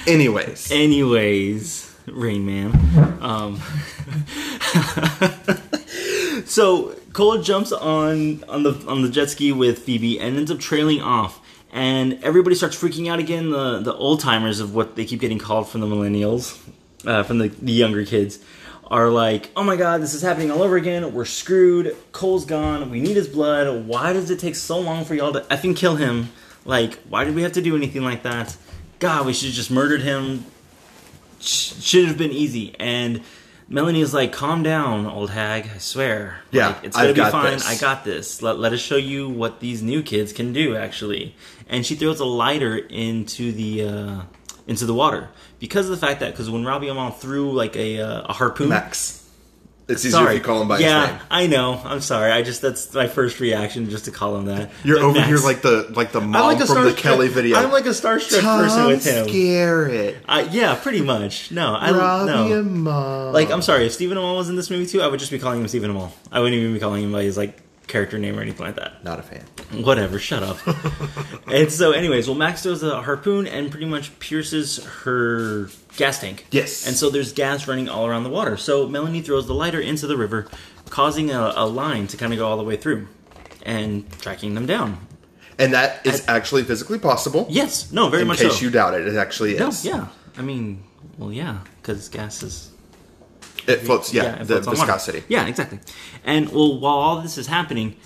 Speaker 2: Anyways,
Speaker 1: Anyways, Rain Man. Um, so Cole jumps on on the on the jet ski with Phoebe and ends up trailing off. And everybody starts freaking out again. The the old timers of what they keep getting called from the millennials, uh, from the, the younger kids, are like, "Oh my god, this is happening all over again. We're screwed. Cole's gone. We need his blood. Why does it take so long for y'all to effing kill him? Like, why did we have to do anything like that? God, we should have just murdered him sh- should have been easy. And Melanie is like, calm down, old hag. I swear.
Speaker 2: Yeah,
Speaker 1: Like, it's gonna
Speaker 2: I've
Speaker 1: be
Speaker 2: got
Speaker 1: fine.
Speaker 2: this."
Speaker 1: I got this. Let, let us show you what these new kids can do, actually. And she throws a lighter into the uh, into the water because of the fact that because when Robbie Amal threw like a, uh, a harpoon.
Speaker 2: Max. It's easier
Speaker 1: Sorry.
Speaker 2: if you call him by
Speaker 1: yeah,
Speaker 2: his name.
Speaker 1: I know. I'm sorry. I just that's my first reaction just to call him that.
Speaker 2: You're
Speaker 1: But
Speaker 2: over
Speaker 1: Max-
Speaker 2: here like the like the
Speaker 1: I'm
Speaker 2: mom
Speaker 1: like a
Speaker 2: from the
Speaker 1: starstruck-
Speaker 2: Kelly video.
Speaker 1: I'm like a starstruck person with him.
Speaker 2: Garrett,
Speaker 1: I, yeah, pretty much. No, I
Speaker 2: Robbie
Speaker 1: no.
Speaker 2: Amell.
Speaker 1: Like, I'm sorry, if Stephen Amell was in this movie too, I would just be calling him Stephen Amell. I wouldn't even be calling him by his like character name or anything like that.
Speaker 2: not a fan.
Speaker 1: Whatever, shut up. and so, anyways, well, Max throws a harpoon and pretty much pierces her gas tank.
Speaker 2: Yes.
Speaker 1: And so there's gas running all around the water. So Melanie throws the lighter into the river, causing a, a line to kind of go all the way through, and tracking them down.
Speaker 2: And that is actually physically possible.
Speaker 1: Yes. No. Very
Speaker 2: in
Speaker 1: much
Speaker 2: case
Speaker 1: so.
Speaker 2: you doubt it, it actually
Speaker 1: no.
Speaker 2: is.
Speaker 1: Yeah. I mean, well, yeah, because gas is
Speaker 2: It floats, yeah,
Speaker 1: it
Speaker 2: the
Speaker 1: floats on water.
Speaker 2: viscosity.
Speaker 1: Yeah, exactly. And well, while all this is happening,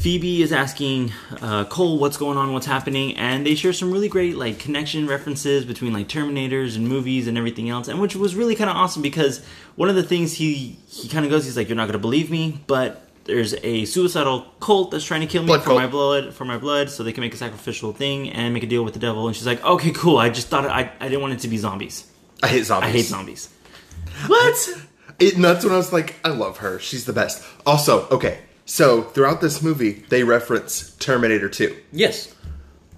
Speaker 1: Phoebe is asking uh, Cole what's going on, what's happening, and they share some really great like connection references between like Terminators and movies and everything else, and which was really kind of awesome because one of the things he he kind of goes, he's like, "You're not gonna believe me, but." There's a suicidal cult that's trying to kill me
Speaker 2: Blood
Speaker 1: for
Speaker 2: cult.
Speaker 1: my blood, for my blood, so they can make a sacrificial thing and make a deal with the devil. And she's like, "Okay, cool. I just thought I, I didn't want it to be zombies.
Speaker 2: I hate zombies.
Speaker 1: I hate zombies." What?
Speaker 2: It, and that's when I was like, I love her. She's the best. Also, okay, so throughout this movie, they reference Terminator 2.
Speaker 1: Yes.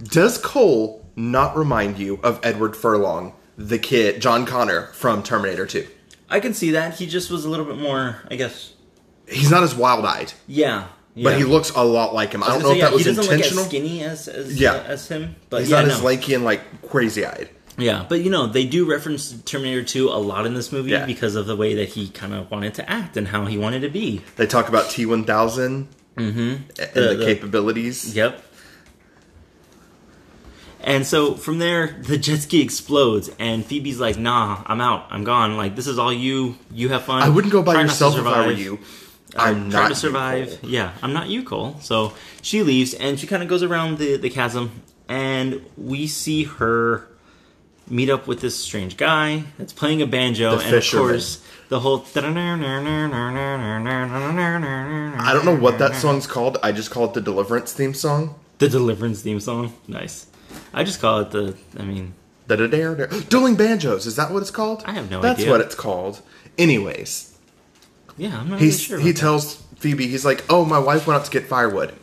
Speaker 2: Does Cole not remind you of Edward Furlong, the kid, John Connor from Terminator 2?
Speaker 1: I can see that. He just was a little bit more, I guess.
Speaker 2: He's not as wild eyed,
Speaker 1: Yeah. yeah.
Speaker 2: but he looks a lot like him. I, don't know
Speaker 1: So,
Speaker 2: if
Speaker 1: yeah,
Speaker 2: that was
Speaker 1: he doesn't
Speaker 2: intentional.
Speaker 1: look as skinny as as,
Speaker 2: Yeah.
Speaker 1: as him, but
Speaker 2: He's
Speaker 1: yeah,
Speaker 2: not
Speaker 1: no.
Speaker 2: as lanky and like crazy eyed.
Speaker 1: yeah, but you know they do reference Terminator 2 a lot in this movie
Speaker 2: Yeah.
Speaker 1: because of the way that he kind of wanted to act and how he wanted to be.
Speaker 2: They talk about T 1000 and
Speaker 1: Mm-hmm. The-
Speaker 2: the,
Speaker 1: the-
Speaker 2: capabilities.
Speaker 1: Yep. And so from there, the jet ski explodes, and Phoebe's like, "Nah, I'm out. I'm gone. Like this is all you. You have fun.
Speaker 2: I wouldn't go by
Speaker 1: Try not to
Speaker 2: yourself if I were
Speaker 1: survive."
Speaker 2: you.
Speaker 1: I'm trying
Speaker 2: I'm not
Speaker 1: to
Speaker 2: you,
Speaker 1: survive.
Speaker 2: Cole.
Speaker 1: Yeah, I'm not you, Cole. So she leaves, and she kind of goes around the the chasm, and we see her meet up with this strange guy that's playing a banjo,
Speaker 2: The
Speaker 1: and
Speaker 2: fisherman.
Speaker 1: of course the whole.
Speaker 2: I
Speaker 1: I
Speaker 2: don't know what that song's called. I just call it the Deliverance theme song.
Speaker 1: The Deliverance theme song, nice. I just call it the. I mean,
Speaker 2: Da da da da. Dueling banjos. Is that what it's called?
Speaker 1: I have no
Speaker 2: That's
Speaker 1: idea.
Speaker 2: what it's called. Anyways,
Speaker 1: yeah, I'm not really
Speaker 2: he's,
Speaker 1: sure.
Speaker 2: he
Speaker 1: about that.
Speaker 2: tells Phoebe, he's like, "Oh, my wife went out to get firewood.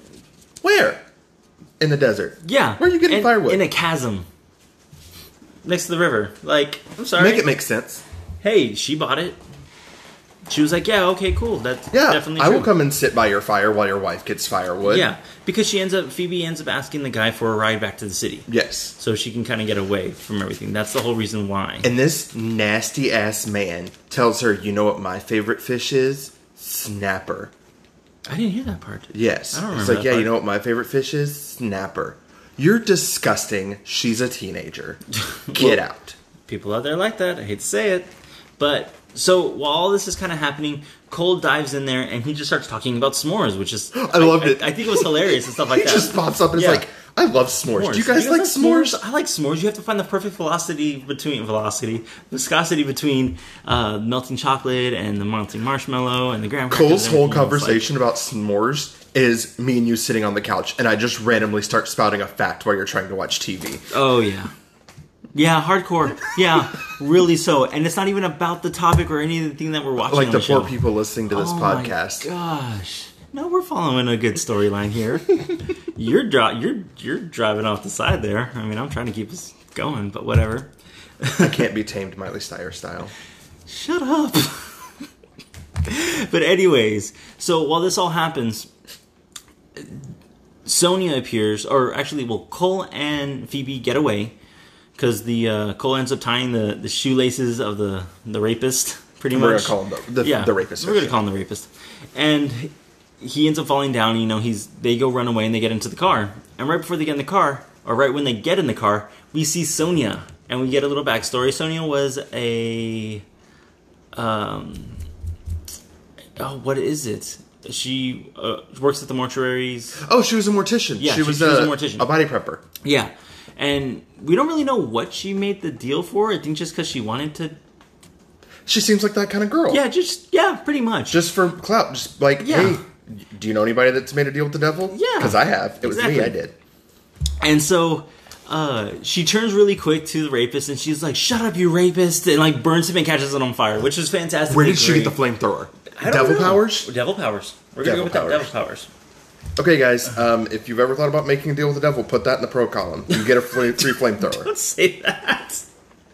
Speaker 2: Where? In the desert.
Speaker 1: yeah,
Speaker 2: Where are you getting
Speaker 1: in-
Speaker 2: firewood?
Speaker 1: in a chasm next to the river? Like, I'm sorry.
Speaker 2: Make it make sense.
Speaker 1: hey, she bought it. She was like, yeah, okay, cool. That's
Speaker 2: Yeah,
Speaker 1: definitely
Speaker 2: I
Speaker 1: true.
Speaker 2: will come and sit by your fire while your wife gets firewood.
Speaker 1: Yeah, because she ends up, Phoebe ends up asking the guy for a ride back to the city.
Speaker 2: Yes.
Speaker 1: So she can kind of get away from everything. That's the whole reason why.
Speaker 2: And this nasty ass man tells her, "You know what my favorite fish is? Snapper."
Speaker 1: I didn't hear that part.
Speaker 2: Yes.
Speaker 1: I don't
Speaker 2: It's
Speaker 1: remember
Speaker 2: like,
Speaker 1: that
Speaker 2: yeah, you
Speaker 1: part.
Speaker 2: know what my favorite fish is? Snapper. You're disgusting. She's a teenager. Get out.
Speaker 1: people out there like that. I hate to say it, but so while all this is kind of happening, Cole dives in there and he just starts talking about s'mores, which is
Speaker 2: I loved it.
Speaker 1: I, think it was hilarious and stuff like
Speaker 2: he
Speaker 1: that.
Speaker 2: just pops up and
Speaker 1: Yeah.
Speaker 2: is like, I love s'mores. Do you guys, like s'mores?
Speaker 1: I like s'mores. You have to find the perfect velocity between velocity viscosity between uh, melting chocolate and the melting marshmallow and the graham. crackers
Speaker 2: Cole's
Speaker 1: and
Speaker 2: whole
Speaker 1: everything. It's like-
Speaker 2: conversation about s'mores is me and you sitting on the couch, and I just randomly start spouting a fact while you're trying to watch TV.
Speaker 1: Oh yeah. Yeah, hardcore. Yeah, really so. And it's not even about the topic or anything that we're watching.
Speaker 2: Like
Speaker 1: on
Speaker 2: the
Speaker 1: the
Speaker 2: poor
Speaker 1: show.
Speaker 2: people listening to this
Speaker 1: Oh my
Speaker 2: podcast.
Speaker 1: gosh. No, we're following a good storyline here. you're dri- you're you're driving off the side there. I mean, I'm trying to keep us going, but whatever.
Speaker 2: I can't be tamed Miley Cyrus style.
Speaker 1: Shut up. but anyways, so while this all happens, Sonia appears, or actually, well, Cole and Phoebe get away because the uh, Cole ends up tying the, the shoelaces of the the rapist. Pretty
Speaker 2: We're gonna
Speaker 1: much,
Speaker 2: call him the, the, the rapist.
Speaker 1: We're gonna call him the rapist, and he ends up falling down. You know, he's they go run away and they get into the car, and right before they get in the car, or right when they get in the car, we see Sonia, and we get a little backstory. Sonia was a, um, oh, what is it? She uh, works at the mortuaries.
Speaker 2: Oh, she was a mortician.
Speaker 1: Yeah,
Speaker 2: she,
Speaker 1: she-
Speaker 2: was,
Speaker 1: she
Speaker 2: a,
Speaker 1: was a mortician.
Speaker 2: a body prepper.
Speaker 1: Yeah, and we don't really know what she made the deal for. I think just because she wanted to.
Speaker 2: She seems like that kind of girl.
Speaker 1: Yeah, just yeah, pretty much.
Speaker 2: Just for clout. Just like,
Speaker 1: Yeah.
Speaker 2: hey, do you know anybody that's made a deal with the devil?
Speaker 1: Yeah.
Speaker 2: Because I have. It was me.
Speaker 1: Exactly.
Speaker 2: I did.
Speaker 1: And so uh, she turns really quick to the rapist and she's like, Shut up, you rapist! And like burns him and catches it on fire, which is fantastic.
Speaker 2: Where did she get the flamethrower?
Speaker 1: I don't
Speaker 2: Devil
Speaker 1: know.
Speaker 2: powers?
Speaker 1: Devil powers. We're gonna
Speaker 2: Devil
Speaker 1: go with
Speaker 2: powers.
Speaker 1: that. Devil powers.
Speaker 2: Okay, guys, um, if you've ever thought about making a deal with the devil, put that in the pro column. You get a fl- free flamethrower.
Speaker 1: Let's say that.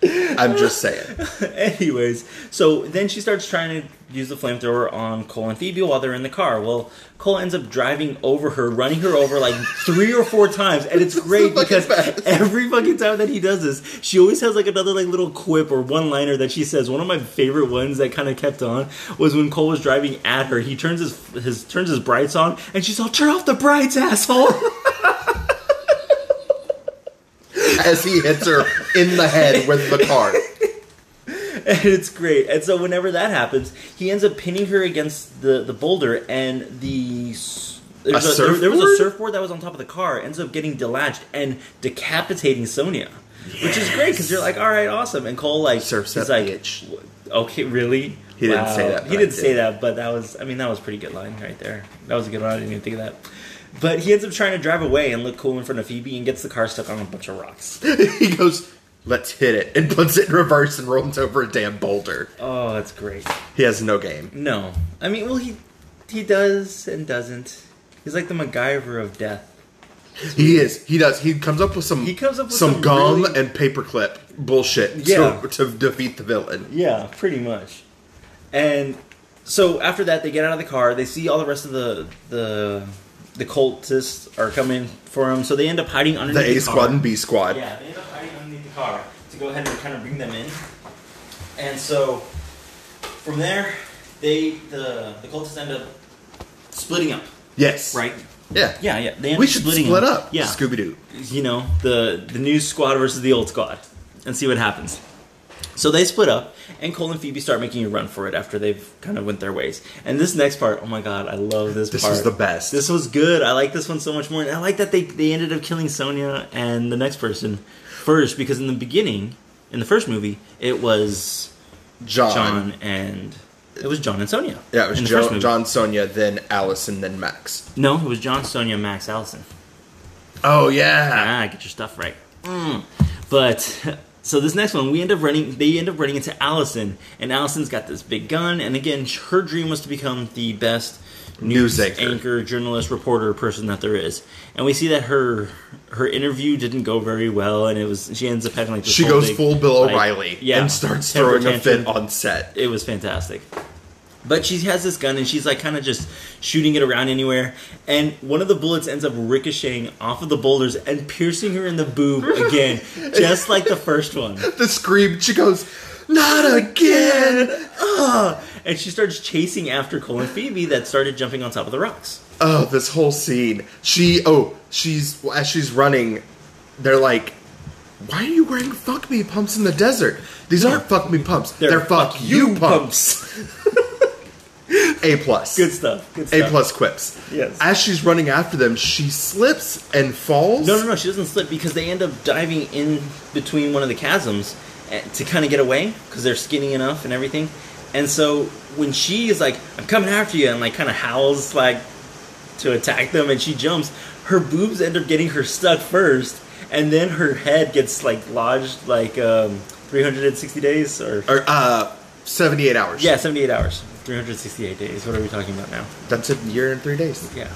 Speaker 2: I'm just saying.
Speaker 1: Anyways, so then she starts trying to use the flamethrower on Cole and Phoebe while they're in the car. Well, Cole ends up driving over her, running her over like three or four times, and it's great
Speaker 2: fucking
Speaker 1: because
Speaker 2: best.
Speaker 1: every fucking time that he does this, she always has like another like little quip or one liner that she says. One of my favorite ones that kind of kept on was when Cole was driving at her. He turns his his turns his brights on, and she's all, "Turn off the brights, asshole."
Speaker 2: As he hits her in the head with the car.
Speaker 1: and it's great. And so whenever that happens, he ends up pinning her against the the boulder, and the s- there's
Speaker 2: A
Speaker 1: there, there was
Speaker 2: surfboard?
Speaker 1: a surfboard that was on top of the car. Ends up getting delaunched and decapitating Sonia, which is great because you're like, all right, awesome. And Cole like
Speaker 2: Surfs
Speaker 1: he's
Speaker 2: that
Speaker 1: like,
Speaker 2: bitch.
Speaker 1: "W- okay, really.
Speaker 2: He didn't say that, but
Speaker 1: He
Speaker 2: I
Speaker 1: didn't
Speaker 2: did.
Speaker 1: say that, but that was, I mean, that was a pretty good line right there. That was a good one. I didn't even think of that. But he ends up trying to drive away and look cool in front of Phoebe and gets the car stuck on a bunch of rocks.
Speaker 2: He goes, let's hit it, and puts it in reverse and rolls over a damn boulder.
Speaker 1: Oh, that's great.
Speaker 2: He has no game.
Speaker 1: No, I mean, well, he he does and doesn't. He's like the MacGyver of death.
Speaker 2: He is. He does. He comes up with some
Speaker 1: He comes up with
Speaker 2: some,
Speaker 1: some
Speaker 2: gum
Speaker 1: really-
Speaker 2: and paperclip bullshit
Speaker 1: Yeah.
Speaker 2: to, to defeat the villain.
Speaker 1: Yeah, pretty much. And so after that, they get out of the car. They see all the rest of the the the cultists are coming for him. So they end up hiding underneath
Speaker 2: The
Speaker 1: the,
Speaker 2: A
Speaker 1: car.
Speaker 2: squad and B squad.
Speaker 1: Yeah, they end up hiding underneath the car to go ahead and kind of bring them in. And so from there, they the the cultists end up splitting up.
Speaker 2: Yes.
Speaker 1: Right.
Speaker 2: Yeah.
Speaker 1: Yeah, yeah. They end
Speaker 2: We
Speaker 1: up
Speaker 2: should
Speaker 1: splitting
Speaker 2: split up.
Speaker 1: Yeah.
Speaker 2: Scooby Doo.
Speaker 1: you know the the new squad versus the old squad and see what happens so they split up and cole and phoebe start making a run for it after they've kind of went their ways and this next part oh my god i love this,
Speaker 2: This
Speaker 1: part
Speaker 2: was the best.
Speaker 1: this was good i like this one so much more and i like that they, they ended up killing sonia and the next person first because in the beginning in the first movie it was
Speaker 2: John.
Speaker 1: john and it was john and sonia
Speaker 2: Yeah, it was
Speaker 1: in the
Speaker 2: jo-
Speaker 1: first movie.
Speaker 2: John, Sonia, then Allison, then Max.
Speaker 1: no it was john sonia max allison
Speaker 2: Oh yeah.
Speaker 1: ah, get your stuff right. Mm. But so this next one, we end up running. They end up running into Allison, and Allison's got this big gun. And again, her dream was to become the best
Speaker 2: News anchor.
Speaker 1: journalist, reporter, person that there is. And we see that her her interview didn't go very well, and it was she ends up having like this
Speaker 2: She
Speaker 1: whole
Speaker 2: goes
Speaker 1: big,
Speaker 2: full Bill
Speaker 1: like,
Speaker 2: O'Reilly
Speaker 1: yeah,
Speaker 2: and starts
Speaker 1: temper
Speaker 2: throwing a
Speaker 1: tantrum
Speaker 2: fit on set.
Speaker 1: it was fantastic. But she has this gun and she's like kind of just shooting it around anywhere. And one of the bullets ends up ricocheting off of the boulders and piercing her in the boob again, just like the first one.
Speaker 2: The scream. She goes, "Not again!"
Speaker 1: And she starts chasing after Cole and Phoebe that started jumping on top of the rocks.
Speaker 2: Oh, this whole scene. She. Oh, she's well, as she's running. they're like, why are you wearing fuck me pumps in the desert? These aren't fuck me pumps. They're, fuck, you pumps. A plus.
Speaker 1: Good stuff. Good
Speaker 2: A
Speaker 1: stuff.
Speaker 2: plus quips.
Speaker 1: Yes.
Speaker 2: As she's running after them, she slips and falls.
Speaker 1: No, no, no. She doesn't slip because they end up diving in between one of the chasms eh, to kind of get away because they're skinny enough and everything. And so when she is like, "I'm coming after you," and like kind of howls like to attack them, and she jumps, her boobs end up getting her stuck first, and then her head gets like lodged like um, 360 days or
Speaker 2: Or uh, seventy-eight hours.
Speaker 1: yeah, 78 hours, 368 days. What are we talking about now?
Speaker 2: That's a year and three days.
Speaker 1: Yeah.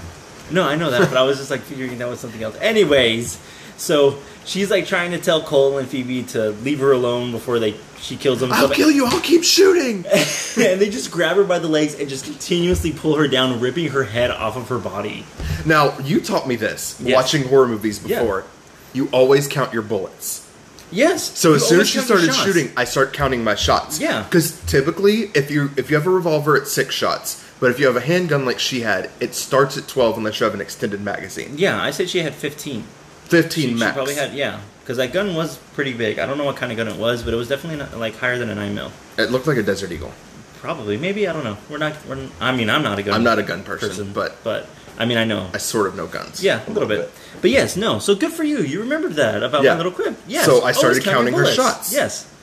Speaker 1: No, I know that, but I was just like figuring that was something else. Anyways, so she's like trying to tell Cole and Phoebe to leave her alone before they she kills them.
Speaker 2: I'll kill you. I'll keep shooting.
Speaker 1: and they just grab her by the legs and just continuously pull her down, ripping her head off of her body.
Speaker 2: Now, you taught me this
Speaker 1: Yes.
Speaker 2: watching horror movies
Speaker 1: Yeah.
Speaker 2: before. You always count your bullets.
Speaker 1: Yes.
Speaker 2: So
Speaker 1: you
Speaker 2: as soon as
Speaker 1: always
Speaker 2: she
Speaker 1: count your
Speaker 2: started
Speaker 1: shots.
Speaker 2: shooting, I start counting my shots.
Speaker 1: Yeah.
Speaker 2: Because typically, if you if you have a revolver, it's six shots. But if you have a handgun like she had, it starts at twelve unless you have an extended magazine.
Speaker 1: Yeah, I said she had 15.
Speaker 2: Fifteen
Speaker 1: She, she
Speaker 2: max.
Speaker 1: probably had yeah, because that gun was pretty big. I don't know what kind of gun it was, but it was definitely not, like higher than a nine mil.
Speaker 2: It looked like a Desert Eagle.
Speaker 1: Probably, maybe I don't know. We're not. We're. n- I mean, I'm not a gun.
Speaker 2: I'm not a gun person, but
Speaker 1: but I mean, I know.
Speaker 2: I sort of know guns.
Speaker 1: Yeah, a little bit. But yes, no. So good for you. You remembered that about
Speaker 2: Yeah.
Speaker 1: my little quip. Yes. Oh,
Speaker 2: So I started
Speaker 1: Always count your
Speaker 2: counting her
Speaker 1: bullets.
Speaker 2: shots.
Speaker 1: Yes.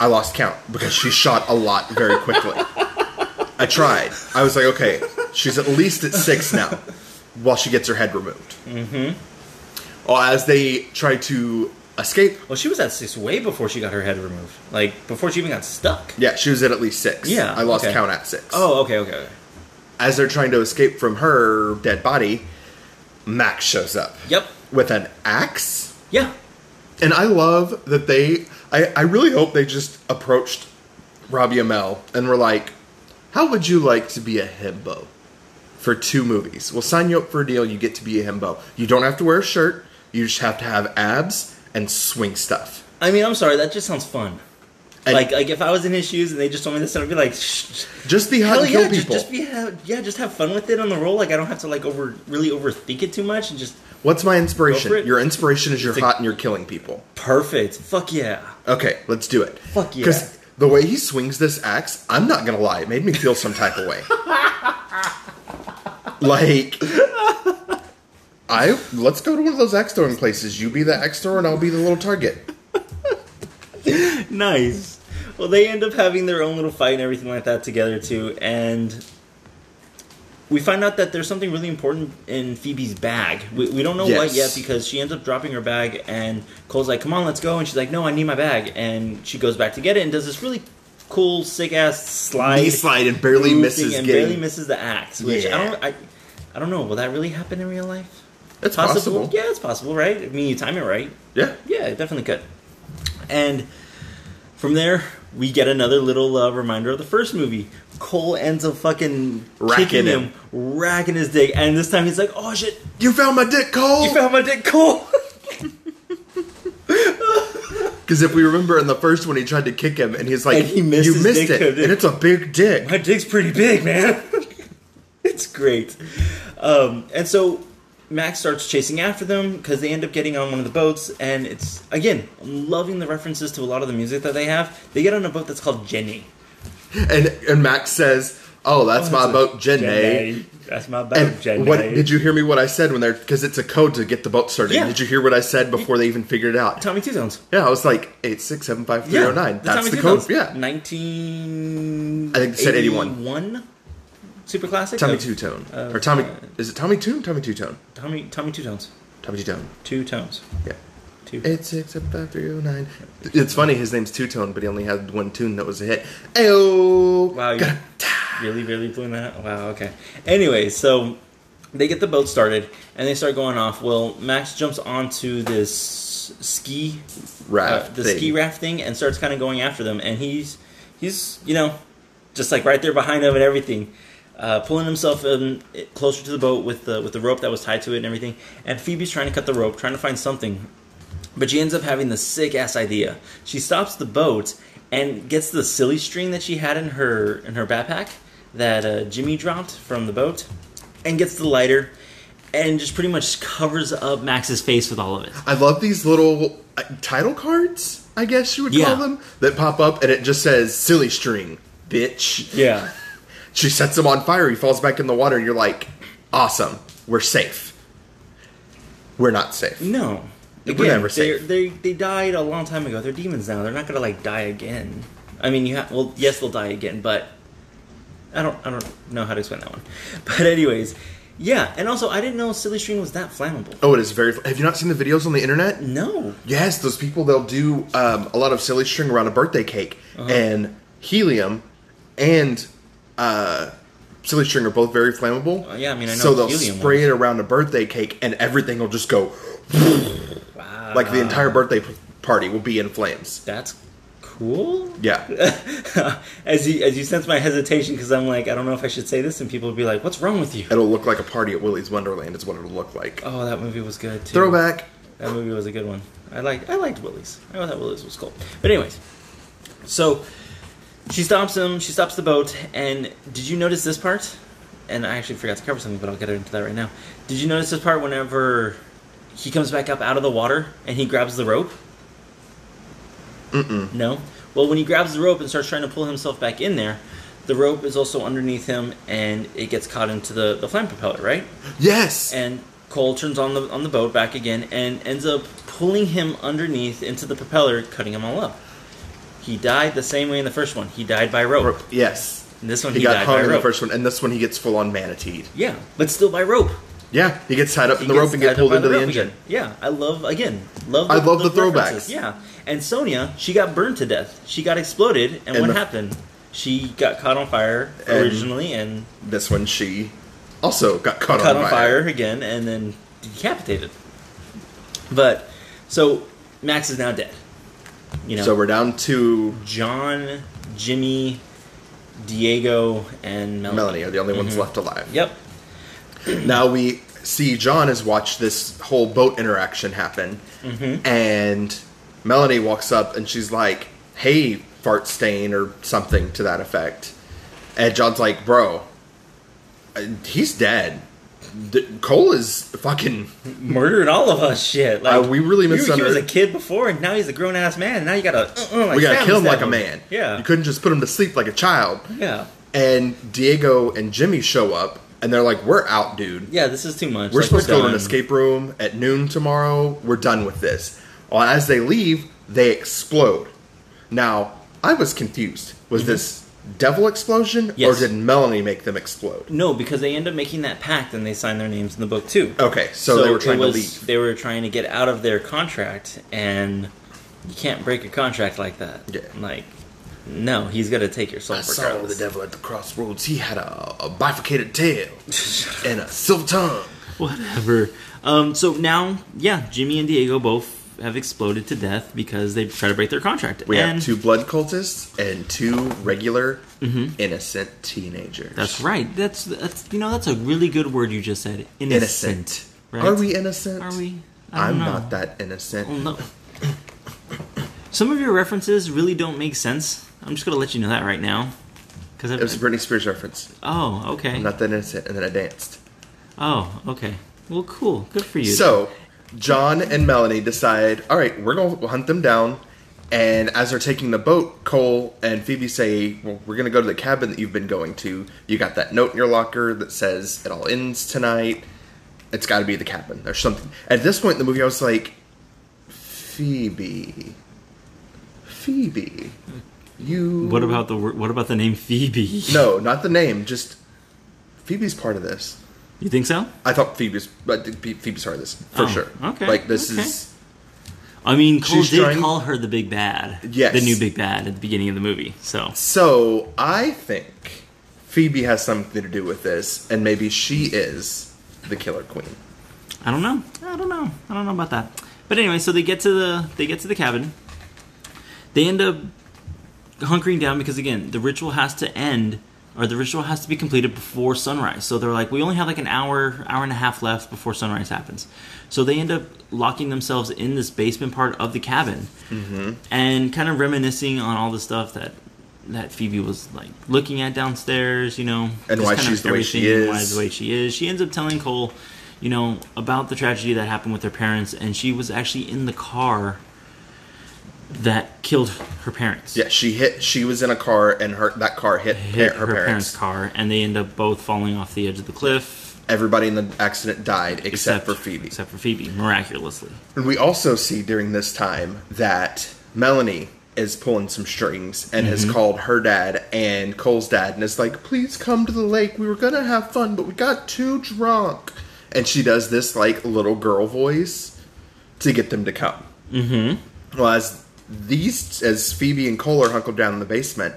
Speaker 2: I lost count because she shot a lot very quickly. I tried. I was like, okay, she's at least at six now, while she gets her head removed. Mm-hmm. Well, as they try to escape,
Speaker 1: Well, she was at six way before she got her head removed. Like before she even got stuck.
Speaker 2: yeah, she was at at least six.
Speaker 1: Yeah,
Speaker 2: I lost
Speaker 1: okay.
Speaker 2: count at six.
Speaker 1: Oh, okay, okay, okay.
Speaker 2: as they're trying to escape from her dead body, Max shows up
Speaker 1: Yep.
Speaker 2: with an axe.
Speaker 1: Yeah.
Speaker 2: And I love that they. I, I really hope they just approached Robbie Amell and were like, "How would you like to be a himbo for two movies? We'll sign you up for a deal. You get to be a himbo. You don't have to wear a shirt. You just have to have abs and swing stuff."
Speaker 1: I mean, I'm sorry. That just sounds fun.
Speaker 2: And
Speaker 1: like, like if I was in his shoes and they just told me this, I'd be like, Shh,
Speaker 2: just be hot
Speaker 1: hell
Speaker 2: and kill
Speaker 1: yeah, just,
Speaker 2: people.
Speaker 1: just be, have, yeah, just have fun with it on the roll. Like I don't have to like over really overthink it too much and just
Speaker 2: What's my
Speaker 1: Go for
Speaker 2: inspiration?
Speaker 1: it.
Speaker 2: Your inspiration is you're
Speaker 1: It's a-
Speaker 2: hot and you're killing people.
Speaker 1: perfect. Fuck yeah.
Speaker 2: Okay, let's do it.
Speaker 1: Fuck yeah.
Speaker 2: the way he swings this axe, I'm not gonna lie, it made me feel some type of way. like, I let's go to one of those axe throwing places. You be the axe thrower, and I'll be the little target.
Speaker 1: nice. Well, they end up having their own little fight and everything like that together too, and we find out that there's something really important in Phoebe's bag. We, we don't know what
Speaker 2: Yes.
Speaker 1: yet because she ends up dropping her bag, and Cole's like, "Come on, let's go," and she's like, "No, I need my bag," and she goes back to get it and does this really cool, sick ass slide,
Speaker 2: Knee slide and barely
Speaker 1: move
Speaker 2: misses
Speaker 1: thing and
Speaker 2: getting-
Speaker 1: barely misses the axe. Which
Speaker 2: Yeah.
Speaker 1: I don't, I, I don't know. Will that really happen in real life?
Speaker 2: It's
Speaker 1: Possible?
Speaker 2: possible.
Speaker 1: Yeah, it's possible, right? I mean, you time it right.
Speaker 2: Yeah.
Speaker 1: Yeah, it definitely could. And from there, we get another little uh, reminder of the first movie. Cole ends up fucking
Speaker 2: Racking
Speaker 1: kicking
Speaker 2: him.
Speaker 1: him. racking his dick, and this time he's like, "Oh shit,
Speaker 2: You found my dick,
Speaker 1: you
Speaker 2: Cole.
Speaker 1: found my dick, Cole."
Speaker 2: Because if we remember in the first one, he tried to kick him, and he's like,
Speaker 1: And he missed
Speaker 2: "You
Speaker 1: his
Speaker 2: missed
Speaker 1: dick,
Speaker 2: it,
Speaker 1: couldn't he?
Speaker 2: and it's a big dick."
Speaker 1: my dick's pretty big, man. it's great. Um, and so Max starts chasing after them because they end up getting on one of the boats, and it's again loving the references to a lot of the music that they have. They get on a boat that's called Jenny.
Speaker 2: And and Max says, "Oh, that's my boat, Jenny."
Speaker 1: That's my boat,
Speaker 2: And
Speaker 1: Jenny.
Speaker 2: what did you hear me? What I said when they're because it's a code to get the boat started.
Speaker 1: Yeah.
Speaker 2: Did you hear what I said before they even figured it out?
Speaker 1: Tommy Two Tones.
Speaker 2: Yeah, I was like eight six seven five three zero nine. That's
Speaker 1: Tommy
Speaker 2: the
Speaker 1: Two
Speaker 2: code.
Speaker 1: Tones.
Speaker 2: Yeah,
Speaker 1: 19.
Speaker 2: I think they said 81.
Speaker 1: 81? Super classic?
Speaker 2: Tommy
Speaker 1: of-
Speaker 2: Two Tone
Speaker 1: uh,
Speaker 2: or Tommy?
Speaker 1: uh,
Speaker 2: Is it Tommy Tune? Tommy Two Tone.
Speaker 1: Tommy, Tommy Two Tones.
Speaker 2: Tommy Two Tone.
Speaker 1: Two Tones.
Speaker 2: Yeah.
Speaker 1: Two.
Speaker 2: Eight six seven five three zero nine. It's funny. His name's Two Tone, but he only had one tune that was a hit. Ayo.
Speaker 1: Wow, you
Speaker 2: Got it.
Speaker 1: really, really blew that out? Wow, okay. Anyway, so they get the boat started and they start going off. Well, Max jumps onto this ski
Speaker 2: Raft.
Speaker 1: uh, the
Speaker 2: thing.
Speaker 1: ski raft thing and starts kind of going after them and he's he's you know just like right there behind them and everything uh, pulling himself um, closer to the boat with the with the rope that was tied to it and everything and phoebe's trying to cut the rope trying to find something but she ends up having this sick ass idea she stops the boat and gets the silly string that she had in her in her backpack that uh, jimmy dropped from the boat and gets the lighter and just pretty much covers up Max's face with all of it.
Speaker 2: I love these little uh, title cards, I guess you would
Speaker 1: Yeah.
Speaker 2: call them, that pop up and it just says silly string, bitch.
Speaker 1: Yeah.
Speaker 2: She sets him on fire, he falls back in the water, and you're like, awesome, we're safe. We're not safe.
Speaker 1: No.
Speaker 2: It would never
Speaker 1: they
Speaker 2: save.
Speaker 1: they they died a long time ago. They're demons now. They're not gonna like die again. I mean, you have well, yes, they'll die again, but I don't I don't know how to explain that one. But anyways, yeah, and also I didn't know silly string was that flammable.
Speaker 2: Oh, it is very. Have you not seen the videos on the internet?
Speaker 1: No,
Speaker 2: Yes, those people they'll do um, a lot of silly string around a birthday cake,
Speaker 1: Uh-huh.
Speaker 2: and helium and uh, silly string are both very flammable.
Speaker 1: Uh, yeah, I mean, I know
Speaker 2: so they'll
Speaker 1: helium
Speaker 2: spray it around a birthday cake, and everything will just go
Speaker 1: wow,
Speaker 2: like the entire birthday p- party will be in flames.
Speaker 1: That's cool.
Speaker 2: Yeah,
Speaker 1: as you as you sense my hesitation, because I'm like I don't know if I should say this, and people would be like, "What's wrong with you?"
Speaker 2: it'll look like a party at Willy's Wonderland. Is what it'll look like.
Speaker 1: Oh, that movie was good too.
Speaker 2: Throwback.
Speaker 1: That movie was a good one. I liked I liked Willie's. I thought Willie's was cool. But anyways, so she stops him. She stops the boat. And did you notice this part? And I actually forgot to cover something, but I'll get into that right now. Did you notice this part whenever he comes back up out of the water and he grabs the rope?
Speaker 2: Mm-mm.
Speaker 1: No. Well, when he grabs the rope and starts trying to pull himself back in there, the rope is also underneath him and it gets caught into the, the flame propeller, right?
Speaker 2: Yes.
Speaker 1: and Cole turns on the on the boat back again and ends up pulling him underneath into the propeller, cutting him all up. He died the same way in the first one. He died by rope.
Speaker 2: yes.
Speaker 1: In this one,
Speaker 2: He,
Speaker 1: he,
Speaker 2: got
Speaker 1: died
Speaker 2: hung
Speaker 1: by
Speaker 2: in the
Speaker 1: rope.
Speaker 2: first one, and this one he gets full on manateed.
Speaker 1: Yeah, but still by rope.
Speaker 2: Yeah, he gets tied up
Speaker 1: He
Speaker 2: in the
Speaker 1: gets
Speaker 2: rope and get
Speaker 1: tied up
Speaker 2: pulled
Speaker 1: by
Speaker 2: into the,
Speaker 1: rope
Speaker 2: engine.
Speaker 1: again. Yeah, I love again. Love.
Speaker 2: I love the
Speaker 1: references.
Speaker 2: throwbacks.
Speaker 1: Yeah, and Sonia, she got burned to death. She got exploded, and,
Speaker 2: And
Speaker 1: what
Speaker 2: the-
Speaker 1: happened? She got caught on fire
Speaker 2: And-
Speaker 1: originally, and
Speaker 2: This one she also got caught,
Speaker 1: caught on, fire. again and then decapitated. But so Max is now dead. You know,
Speaker 2: So we're down to
Speaker 1: John, Jimmy, Diego, and Melanie.
Speaker 2: Melanie are the only
Speaker 1: Mm-hmm.
Speaker 2: ones left alive.
Speaker 1: Yep.
Speaker 2: Now we see John has watched this whole boat interaction happen,
Speaker 1: Mm-hmm.
Speaker 2: and Melanie walks up and she's like, "Hey, fart stain" or something to that effect, and John's like, "Bro, uh, he's dead. D- Cole is fucking."
Speaker 1: Murdered all of us. Shit. Like
Speaker 2: Uh, we really
Speaker 1: you- He was
Speaker 2: misunderstood-
Speaker 1: a kid before, and now he's a grown ass man. And now you gotta. Uh, uh, like,
Speaker 2: we gotta
Speaker 1: stab
Speaker 2: kill him like a
Speaker 1: stab
Speaker 2: man.
Speaker 1: Yeah.
Speaker 2: you couldn't just put him to sleep like a child.
Speaker 1: yeah.
Speaker 2: and Diego and Jimmy show up, and they're like, "We're out, dude.
Speaker 1: Yeah. This is too much.
Speaker 2: We're
Speaker 1: Like,
Speaker 2: supposed to go to an
Speaker 1: done.
Speaker 2: escape room at noon tomorrow. We're done with this." Well, as they leave, they explode. Now, I was confused. Was this devil explosion,
Speaker 1: Mm-hmm. Yes.
Speaker 2: or did Melanie make them explode?
Speaker 1: No, because they end up making that pact, and they sign their names in the book too.
Speaker 2: Okay, so, they were
Speaker 1: it
Speaker 2: trying
Speaker 1: was-
Speaker 2: to leave.
Speaker 1: They were trying to get out of their contract, and you can't break a contract like that.
Speaker 2: Yeah.
Speaker 1: Like, no, he's gonna take your soul
Speaker 2: I saw the
Speaker 1: regardless.
Speaker 2: devil at the crossroads. He had a, a bifurcated tail and a silver tongue.
Speaker 1: Whatever. Um, so now, yeah, Jimmy and Diego both have exploded to death because they try to break their contract.
Speaker 2: We
Speaker 1: And
Speaker 2: have two blood cultists and two regular innocent teenagers.
Speaker 1: Mm-hmm. That's right. That's that's you know that's a really good word you just said. Innocent.
Speaker 2: innocent.
Speaker 1: Right?
Speaker 2: Are we innocent?
Speaker 1: Are we? I
Speaker 2: I'm
Speaker 1: don't know.
Speaker 2: not that innocent.
Speaker 1: Oh, no. Some of your references really don't make sense. I'm just gonna let you know that right now. Because
Speaker 2: It was a Britney Spears reference.
Speaker 1: Oh, okay.
Speaker 2: I'm not that innocent, and then I danced.
Speaker 1: Oh, okay. Well, cool. Good for you.
Speaker 2: So, John and Melanie decide, all right, we're going to hunt them down. And as they're taking the boat, Cole and Phoebe say, well, we're going to go to the cabin that you've been going to. You got that note in your locker that says it all ends tonight. It's got to be the cabin or something. At this point in the movie, I was like, Phoebe. Phoebe. You.
Speaker 1: what about the wor- what about the name Phoebe?
Speaker 2: No, not the name. Just Phoebe's part of this.
Speaker 1: You think so?
Speaker 2: I thought Phoebe's, but Phoebe's part of this for
Speaker 1: Oh,
Speaker 2: sure.
Speaker 1: okay,
Speaker 2: Like this
Speaker 1: okay.
Speaker 2: is
Speaker 1: I mean, Cole
Speaker 2: She's
Speaker 1: did
Speaker 2: trying-
Speaker 1: call her the Big Bad.
Speaker 2: Yes.
Speaker 1: The new Big Bad at the beginning of the movie. So
Speaker 2: so. I think Phoebe has something to do with this, and maybe she is the killer queen.
Speaker 1: I don't know. I don't know. I don't know about that. But anyway, so they get to the they get to the cabin. They end up hunkering down because again, the ritual has to end or the ritual has to be completed before sunrise. So they're like, we only have like an hour, hour and a half left before sunrise happens. So they end up locking themselves in this basement part of the cabin
Speaker 2: Mm-hmm.
Speaker 1: and kind of reminiscing on all the stuff that that Phoebe was like looking at downstairs, you know,
Speaker 2: And
Speaker 1: just
Speaker 2: why
Speaker 1: kind of
Speaker 2: she's the way she
Speaker 1: everything, Why
Speaker 2: is.
Speaker 1: the way she is. She ends up telling Cole, you know, about the tragedy that happened with her parents, and she was actually in the car that killed her parents.
Speaker 2: Yeah, she hit. She was in a car, and her that car hit,
Speaker 1: Hit
Speaker 2: par-
Speaker 1: her, parents. car, and they end up both falling off the edge of the cliff,
Speaker 2: Everybody in the accident died except, for Phoebe.
Speaker 1: Except for Phoebe, miraculously.
Speaker 2: And we also see during this time that Melanie is pulling some strings and
Speaker 1: Mm-hmm.
Speaker 2: has called her dad and Cole's dad and is like, please come to the lake. We were going to have fun, but we got too drunk. And she does this like little girl voice to get them to come. Mm-hmm. Well, as these, as Phoebe and Cole are hunkered down in the basement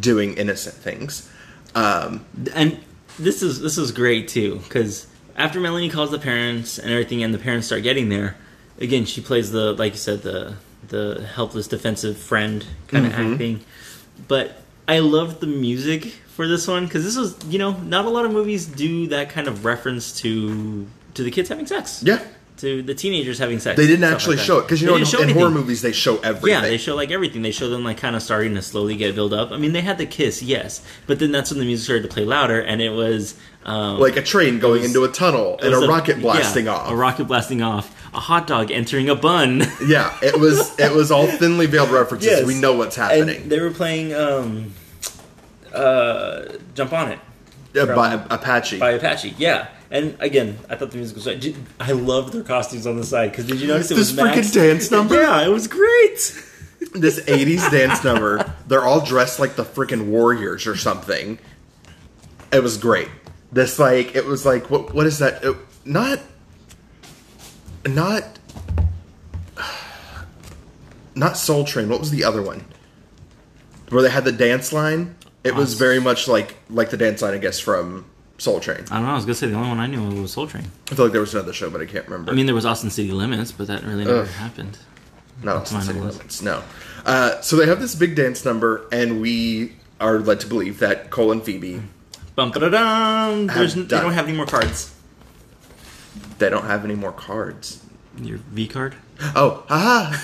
Speaker 2: doing innocent things, um,
Speaker 1: and this is this is great too because after Melanie calls the parents and everything, and the parents start getting there. Again, she plays the like you said the the helpless defensive friend kind of
Speaker 2: Mm-hmm.
Speaker 1: acting, but I loved the music for this one because this was you know not a lot of movies do that kind of reference to to the kids having sex.
Speaker 2: yeah,
Speaker 1: To the teenagers having sex.
Speaker 2: they didn't
Speaker 1: stuff
Speaker 2: actually
Speaker 1: like that.
Speaker 2: show it because you
Speaker 1: They
Speaker 2: know in,
Speaker 1: didn't show
Speaker 2: in horror
Speaker 1: anything.
Speaker 2: movies they show everything.
Speaker 1: Yeah, they show like everything. They show them like kind of starting to slowly get built up. I mean, they had the kiss, yes, but then that's when the music started to play louder, and it was um,
Speaker 2: like a train going
Speaker 1: was-
Speaker 2: into a tunnel
Speaker 1: it
Speaker 2: and a,
Speaker 1: was
Speaker 2: rocket
Speaker 1: yeah,
Speaker 2: blasting off.
Speaker 1: a rocket blasting off, a hot dog entering a bun.
Speaker 2: yeah, it was it was all thinly veiled references.
Speaker 1: Yes.
Speaker 2: We know what's
Speaker 1: and
Speaker 2: happening.
Speaker 1: they were playing um, uh, "Jump on It"
Speaker 2: Uh, by Apache.
Speaker 1: by Apache. Yeah, and again, I thought the music was. Did- I loved their costumes on the side because did you notice it
Speaker 2: This
Speaker 1: was Max?
Speaker 2: freaking dance number?
Speaker 1: Yeah, it was great.
Speaker 2: this 80s dance number. They're all dressed like the freaking warriors or something. It was great. This like it was like what what is that? It- not not not Soul Train. What was the other one? Where they had the dance line? It was
Speaker 1: Uh,
Speaker 2: very much like like the dance line I guess from Soul Train.
Speaker 1: I don't know. I was gonna say the only one I knew was Soul Train.
Speaker 2: I feel like there was another show, but I can't remember.
Speaker 1: I mean, there was Austin City Limits, but that really never
Speaker 2: Ugh.
Speaker 1: happened.
Speaker 2: not Austin
Speaker 1: mine
Speaker 2: City
Speaker 1: was.
Speaker 2: Limits. No. Uh, so they have this big dance number, and we are led to believe that Cole and Phoebe
Speaker 1: Bum ba da dum. There's
Speaker 2: I'm
Speaker 1: n- they
Speaker 2: done.
Speaker 1: don't have any more cards.
Speaker 2: they don't have any more cards.
Speaker 1: Your V card.
Speaker 2: Oh, haha!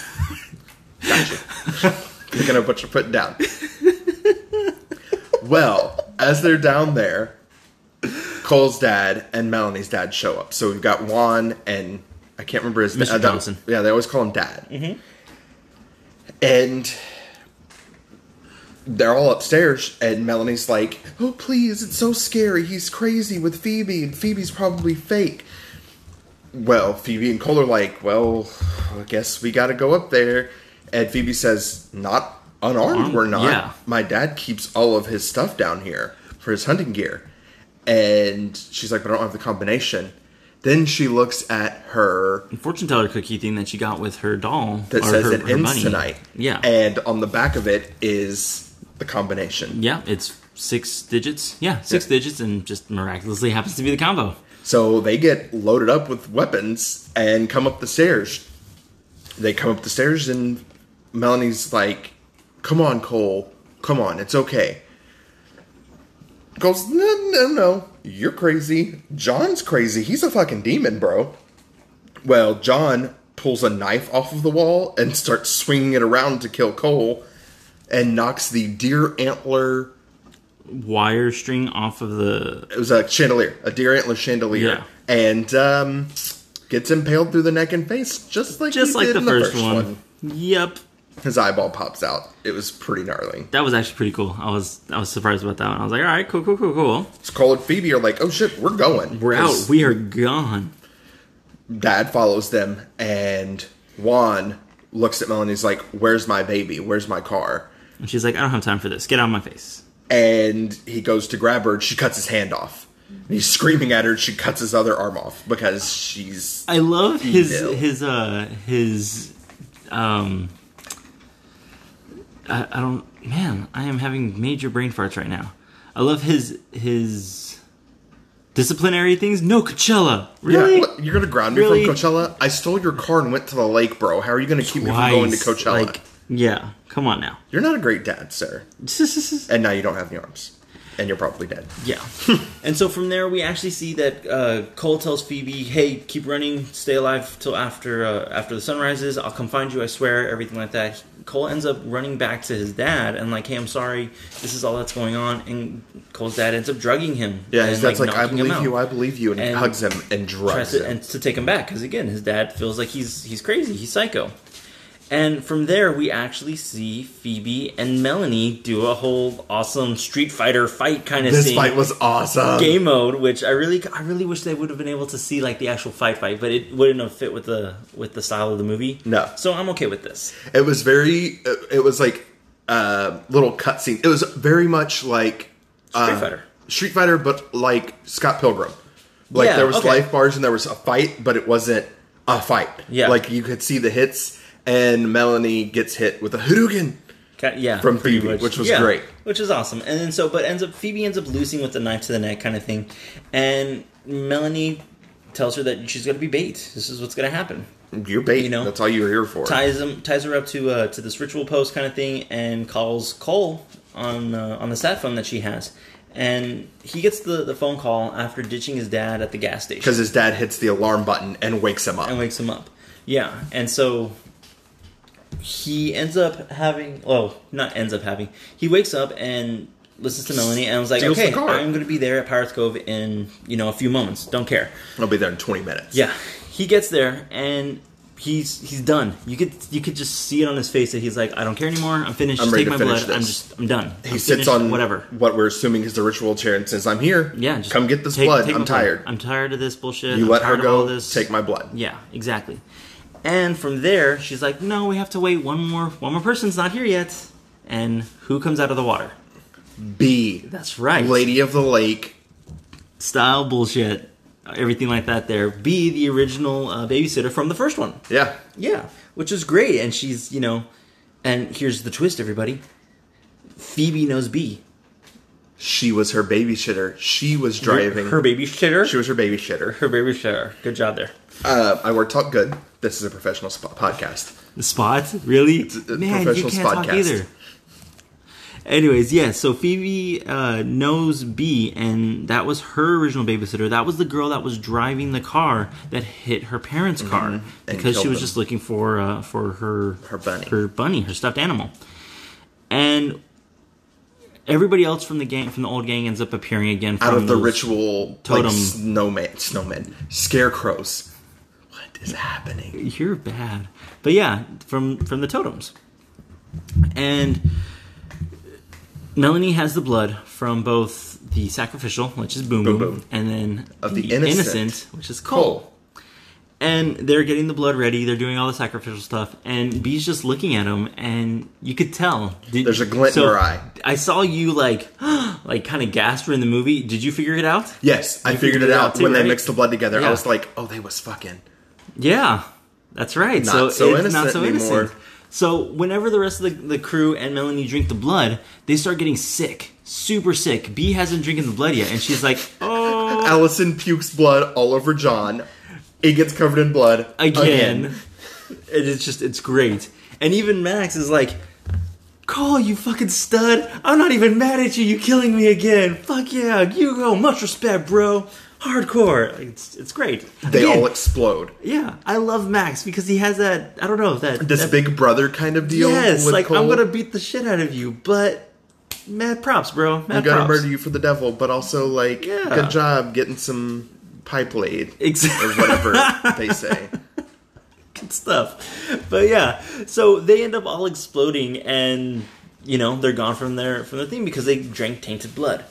Speaker 2: gotcha. Picking up what you're putting down. well, as they're down there, Cole's dad and Melanie's dad show up. So we've got Juan and I can't remember his
Speaker 1: Mr.
Speaker 2: uh, that-
Speaker 1: Johnson. Mm-hmm.
Speaker 2: Yeah, they always call him dad. And they're all upstairs, and Melanie's like, "Oh, please! It's so scary. He's crazy with Phoebe, and Phoebe's probably fake." Well, Phoebe and Cole are like, "Well, I guess we got to go up there." And Phoebe says, "Not unarmed.
Speaker 1: Armed?
Speaker 2: We're not.
Speaker 1: Yeah.
Speaker 2: My dad keeps all of his stuff down here for his hunting gear." And she's like, "But I don't have the combination." Then she looks at her
Speaker 1: fortune teller cookie thing that she got with her doll
Speaker 2: that
Speaker 1: or
Speaker 2: says
Speaker 1: her,
Speaker 2: it
Speaker 1: her
Speaker 2: ends
Speaker 1: bunny.
Speaker 2: tonight.
Speaker 1: Yeah,
Speaker 2: And on the back of it is the combination.
Speaker 1: yeah, it's six digits. Yeah, six
Speaker 2: Yeah.
Speaker 1: digits, and just miraculously happens to be the combo.
Speaker 2: So they get loaded up with weapons and come up the stairs. They come up the stairs, and Melanie's like, Come on, Cole. Come on. It's okay. Cole's, No, no, no. You're crazy. John's crazy. He's a fucking demon, bro. Well, John pulls a knife off of the wall and starts swinging it around to kill Cole and knocks the deer antler
Speaker 1: Wire string off of the.
Speaker 2: it was a chandelier, a deer antler chandelier,
Speaker 1: Yeah.
Speaker 2: and um, gets impaled through the neck and face, just like
Speaker 1: Just
Speaker 2: he
Speaker 1: like
Speaker 2: did
Speaker 1: the
Speaker 2: in
Speaker 1: first, one. Yep,
Speaker 2: His eyeball pops out. It was pretty gnarly.
Speaker 1: that was actually pretty cool. I was I was surprised about that one. I was like, all right, cool, cool, cool, cool.
Speaker 2: So Cole and Phoebe are like, "Oh shit, we're going."
Speaker 1: We're
Speaker 2: 'Cause
Speaker 1: out. We are gone.
Speaker 2: Dad follows them, and Juan looks at Melanie's like, "Where's my baby? Where's my car?"
Speaker 1: And she's like, I don't have time for this. Get out of my face.
Speaker 2: And he goes to grab her, and she cuts his hand off. And he's screaming at her. and She cuts his other arm off because she's
Speaker 1: I love his
Speaker 2: Evil.
Speaker 1: his uh his um I, I don't man, I am having major brain farts right now. I love his his disciplinary things. No Coachella. Really?
Speaker 2: Yeah, what- you're gonna ground me
Speaker 1: Really?
Speaker 2: from Coachella? I stole your car and went to the lake, bro. How are you gonna keep me from going to
Speaker 1: Twice,
Speaker 2: Coachella?
Speaker 1: yeah, come on now.
Speaker 2: you're not a great dad, sir. And now you don't have any arms. and you're probably dead.
Speaker 1: Yeah. and so from there, we actually see that uh, Cole tells Phoebe, "Hey, keep running, stay alive till after uh, after the sun rises. I'll come find you. I swear." Everything like that. Cole ends up running back to his dad and like, "Hey, I'm sorry. This is all that's going on." And Cole's dad ends up drugging him.
Speaker 2: Yeah,
Speaker 1: and,
Speaker 2: his dad's like, I
Speaker 1: knocking him
Speaker 2: believe
Speaker 1: out.
Speaker 2: you, I believe you, and, he
Speaker 1: And
Speaker 2: hugs him and drugs
Speaker 1: tries
Speaker 2: him.
Speaker 1: to, and to take him back because again his dad feels like he's he's crazy he's psycho and from there we actually see phoebe and melanie do a whole awesome street fighter fight kind of
Speaker 2: this
Speaker 1: scene
Speaker 2: fight was awesome.
Speaker 1: game mode which i really i really wish they would have been able to see like the actual fight fight but it wouldn't have fit with the with the style of the movie
Speaker 2: No.
Speaker 1: so i'm okay with this
Speaker 2: It was very. uh, It was like uh, little cutscene. It was very much like
Speaker 1: street
Speaker 2: uh,
Speaker 1: fighter
Speaker 2: Street Fighter, but like Scott Pilgrim. Like
Speaker 1: Yeah,
Speaker 2: there was
Speaker 1: okay.
Speaker 2: life bars and there was a fight, but it wasn't a fight.
Speaker 1: Yeah.
Speaker 2: like you could see the hits, and Melanie gets hit with a Hadouken.
Speaker 1: Ca- yeah,
Speaker 2: From
Speaker 1: pretty
Speaker 2: Phoebe,
Speaker 1: much.
Speaker 2: which was
Speaker 1: Yeah,
Speaker 2: great.
Speaker 1: which is awesome. And then so, but ends up Phoebe ends up losing with the knife to the neck kind of thing, and Melanie tells her that she's gonna be bait. This is what's gonna happen.
Speaker 2: You're bait.
Speaker 1: You know.
Speaker 2: that's all you were here for.
Speaker 1: Ties him, ties her up to uh, to this ritual post kind of thing, and calls Cole on uh, on the sat phone that she has, and he gets the the phone call after ditching his dad at the gas station
Speaker 2: Because his dad hits the alarm button and wakes him up.
Speaker 1: and wakes him up. Yeah, and so he ends up having. Well, not ends up having. He wakes up and listens to Melanie, and I was like,
Speaker 2: Steals the
Speaker 1: "Okay,
Speaker 2: car."
Speaker 1: I'm going to be there at Pirates Cove in you know a few moments. Don't care."
Speaker 2: I'll be there in 20 minutes.
Speaker 1: Yeah, he gets there and. He's he's done. You could you could just see it on his face that he's like, I don't care anymore. I'm finished.
Speaker 2: I'm
Speaker 1: just
Speaker 2: ready
Speaker 1: take
Speaker 2: to
Speaker 1: my blood.
Speaker 2: finish
Speaker 1: I'm
Speaker 2: this."
Speaker 1: just I'm done.
Speaker 2: He
Speaker 1: I'm
Speaker 2: sits
Speaker 1: finished,
Speaker 2: on
Speaker 1: whatever.
Speaker 2: what we're assuming is the ritual chair and says, "I'm here.
Speaker 1: Yeah, just
Speaker 2: come get this
Speaker 1: take-
Speaker 2: blood.
Speaker 1: take
Speaker 2: I'm
Speaker 1: my blood.
Speaker 2: tired.
Speaker 1: I'm tired of this bullshit.
Speaker 2: you
Speaker 1: I'm
Speaker 2: let her
Speaker 1: tired of all
Speaker 2: go.
Speaker 1: This.
Speaker 2: Take my blood."
Speaker 1: Yeah, exactly. And from there, she's like, "No, we have to wait one more. One more person's not here yet." And who comes out of the water?
Speaker 2: B,
Speaker 1: That's right.
Speaker 2: Lady of the Lake.
Speaker 1: Style bullshit. Everything like that. There be the original uh, babysitter from the first one.
Speaker 2: Yeah,
Speaker 1: Yeah, which is great. And she's you know, and here's the twist, everybody. Phoebe knows B.
Speaker 2: she was her babysitter. She was driving.
Speaker 1: her babysitter.
Speaker 2: she was her babysitter.
Speaker 1: her babysitter. Good job there.
Speaker 2: Uh, I work talk good. This is a professional sp- podcast.
Speaker 1: The spot? Really?
Speaker 2: a
Speaker 1: Man, you
Speaker 2: professional
Speaker 1: can't talk
Speaker 2: podcast.
Speaker 1: either. Anyways, yeah, so Phoebe uh, knows B, and that was her original babysitter. That was the girl that was driving the car that hit her parents' car because
Speaker 2: Mm-hmm. killed
Speaker 1: she was
Speaker 2: them.
Speaker 1: just looking for uh, for her
Speaker 2: Her bunny.
Speaker 1: her bunny, her stuffed animal. And everybody else from the gang, from the old gang, ends up appearing again from
Speaker 2: Out of the
Speaker 1: those-
Speaker 2: ritual
Speaker 1: totem-
Speaker 2: like snowman, snowmen, scarecrows. What is happening?
Speaker 1: you're bad but yeah from from the totems and melanie has the blood from both the sacrificial which is boom boom,
Speaker 2: Boom Boom.
Speaker 1: and then
Speaker 2: Of the innocent.
Speaker 1: which is cole.
Speaker 2: Cole.
Speaker 1: and they're getting the blood ready they're doing all the sacrificial stuff and bee's just looking at him and you could tell Did-
Speaker 2: There's a glint in her eye.
Speaker 1: i saw you like like kind of gasper in the movie did you figure it out
Speaker 2: Yes, I figured, it out,
Speaker 1: too,
Speaker 2: when
Speaker 1: right?
Speaker 2: they mixed the blood together.
Speaker 1: Yeah.
Speaker 2: I was like, "Oh, they was fucking."
Speaker 1: Yeah, that's right.
Speaker 2: Not
Speaker 1: so,
Speaker 2: so
Speaker 1: it's not
Speaker 2: innocent
Speaker 1: so
Speaker 2: anymore.
Speaker 1: innocent. So whenever the rest of the, the crew and Melanie drink the blood, they start getting sick, super sick. B hasn't drinking the blood yet, and she's like, "Oh,
Speaker 2: Allison pukes blood all over John. It gets covered in blood
Speaker 1: "Oh, again." It is just, it's great. And even Max is like, "Cole, you fucking stud! I'm not even mad at you. You killing me again? Fuck yeah, you go. Much respect, bro. Hardcore. It's it's great.
Speaker 2: They
Speaker 1: Again,
Speaker 2: all explode.
Speaker 1: yeah. I love Max because he has that. I don't know if that
Speaker 2: This
Speaker 1: that
Speaker 2: big brother kind of deal.
Speaker 1: Yes,
Speaker 2: with
Speaker 1: like I'm
Speaker 2: Cole.
Speaker 1: gonna beat the shit out of you, but mad props, bro. Mad
Speaker 2: I'm gonna
Speaker 1: props.
Speaker 2: murder you for the devil, but also like,
Speaker 1: Yeah.
Speaker 2: good job getting some pipe laid or
Speaker 1: Exactly.
Speaker 2: whatever they say.
Speaker 1: Good stuff. But yeah, so they end up all exploding, and you know they're gone from their from the thing because they drank tainted blood.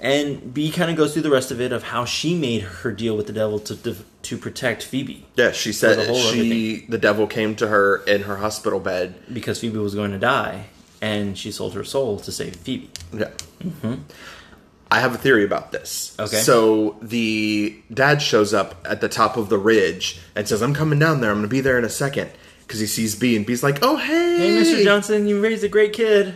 Speaker 1: And B kind of goes through the rest of it of how she made her deal with the devil to to, to protect Phoebe
Speaker 2: Yeah, she
Speaker 1: the
Speaker 2: said
Speaker 1: whole
Speaker 2: she the devil came to her in her hospital bed.
Speaker 1: because Phoebe was going to die, and she sold her soul to save Phoebe.
Speaker 2: Yeah. I have a theory about this.
Speaker 1: Okay.
Speaker 2: So the dad shows up at the top of the ridge and says, "I'm coming down there. I'm gonna be there in a second. Because he sees B and B's like, "Oh hey,
Speaker 1: Hey, Mr. Johnson, you raised a great kid.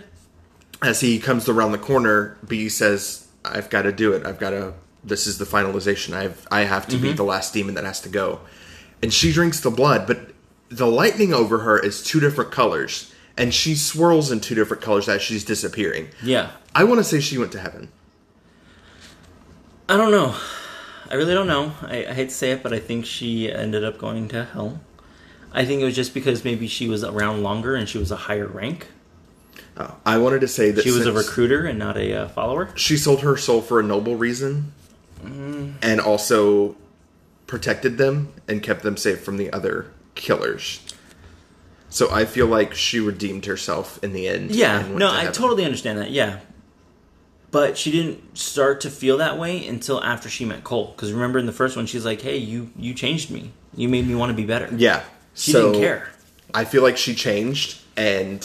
Speaker 2: as he comes around the corner, B says, "I've got to do it. I've got to. This is the finalization. I've I have to
Speaker 1: Mm-hmm.
Speaker 2: be the last demon that has to go." And she drinks the blood, but the lightning over her is two different colors, and she swirls in two different colors as she's disappearing.
Speaker 1: Yeah,
Speaker 2: I want to say she went to heaven.
Speaker 1: I don't know. I really don't know. I, I hate to say it, but I think she ended up going to hell. I think it was just because maybe she was around longer and she was a higher rank.
Speaker 2: Oh, I wanted to say that
Speaker 1: She was a
Speaker 2: since
Speaker 1: recruiter and not a uh, follower.
Speaker 2: She sold her soul for a noble reason, and also protected them and kept them safe from the other killers. So I feel like she redeemed herself in the end.
Speaker 1: Yeah,
Speaker 2: and went
Speaker 1: no,
Speaker 2: to
Speaker 1: I
Speaker 2: heaven.
Speaker 1: totally understand that. Yeah, but she didn't start to feel that way until after she met Cole. Because remember in the first one, she's like, "Hey, you you changed me. You made me want to be better."
Speaker 2: Yeah,
Speaker 1: she
Speaker 2: so
Speaker 1: didn't care.
Speaker 2: I feel like she changed, and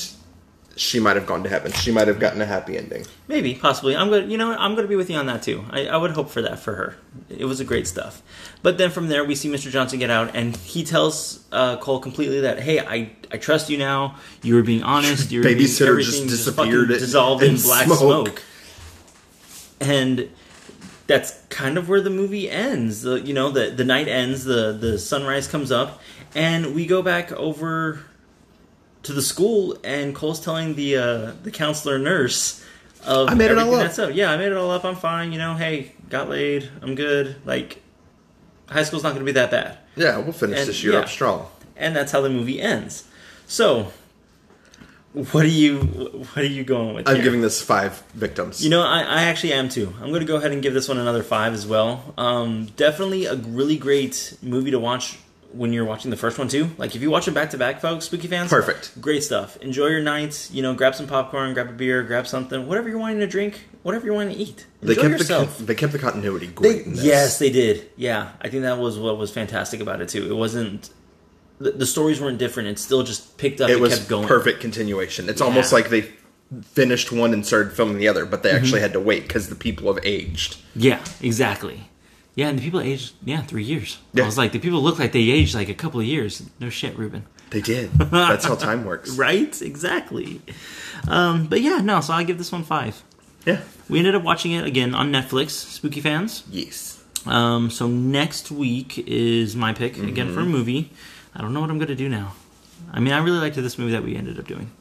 Speaker 2: she might have gone to heaven. She might have gotten a happy ending.
Speaker 1: Maybe, possibly. I'm gonna, you know, what? I'm gonna be with you on that too. I, I would hope for that for her. It was a great stuff. But then from there, we see Mr. Johnson get out, and he tells uh, Cole completely that, "Hey, I, I trust you now. You were being honest. You were being
Speaker 2: Babysitter just
Speaker 1: everything,
Speaker 2: disappeared,
Speaker 1: fucking
Speaker 2: in-
Speaker 1: dissolved in, black smoke.
Speaker 2: smoke.
Speaker 1: And that's kind of where the movie ends. The, you know, the the night ends. The the sunrise comes up, and we go back over to the school, and Cole's telling the uh, the counselor nurse of
Speaker 2: I made it all
Speaker 1: everything
Speaker 2: up.
Speaker 1: That's up. Yeah, I made it all up. I'm fine. You know, hey, got laid. I'm good. Like, high school's not going to be that bad.
Speaker 2: Yeah, we'll finish
Speaker 1: And-
Speaker 2: this year
Speaker 1: yeah.
Speaker 2: up strong.
Speaker 1: And that's how the movie ends. So, what are you what are you going with?
Speaker 2: I'm
Speaker 1: here?
Speaker 2: giving this five victims.
Speaker 1: You know, I, I actually am too. I'm going to go ahead and give this one another five as well. Um, definitely a really great movie to watch when you're watching the first one too. Like if you watch them back to back, folks, spooky fans,
Speaker 2: Perfect.
Speaker 1: great stuff. Enjoy your nights. You know, grab some popcorn, grab a beer, grab something, whatever you're wanting to drink, whatever you're wanting to eat.
Speaker 2: they
Speaker 1: Enjoy
Speaker 2: kept
Speaker 1: yourself.
Speaker 2: the con- they kept the continuity great. in this.
Speaker 1: Yes, they did. Yeah, I think that was what was fantastic about it too. It wasn't the, the stories weren't different. It still just picked up.
Speaker 2: it
Speaker 1: and
Speaker 2: was
Speaker 1: kept going.
Speaker 2: perfect continuation. It's almost like they finished one and started filming the other, but
Speaker 1: Mm-hmm.
Speaker 2: they actually had to wait because the people have aged.
Speaker 1: Yeah, exactly. Yeah, and the people aged yeah three years.
Speaker 2: Yeah.
Speaker 1: I was like, the people look like they aged like a couple of years. No shit, Ruben.
Speaker 2: They did. That's how time works.
Speaker 1: Right? Exactly. Um, but yeah, no. So I give this one five.
Speaker 2: Yeah.
Speaker 1: We ended up watching it again on Netflix. Spooky fans.
Speaker 2: Yes.
Speaker 1: Um, so next week is my pick again for a movie. I don't know what I'm gonna do now. I mean, I really liked this movie that we ended up doing.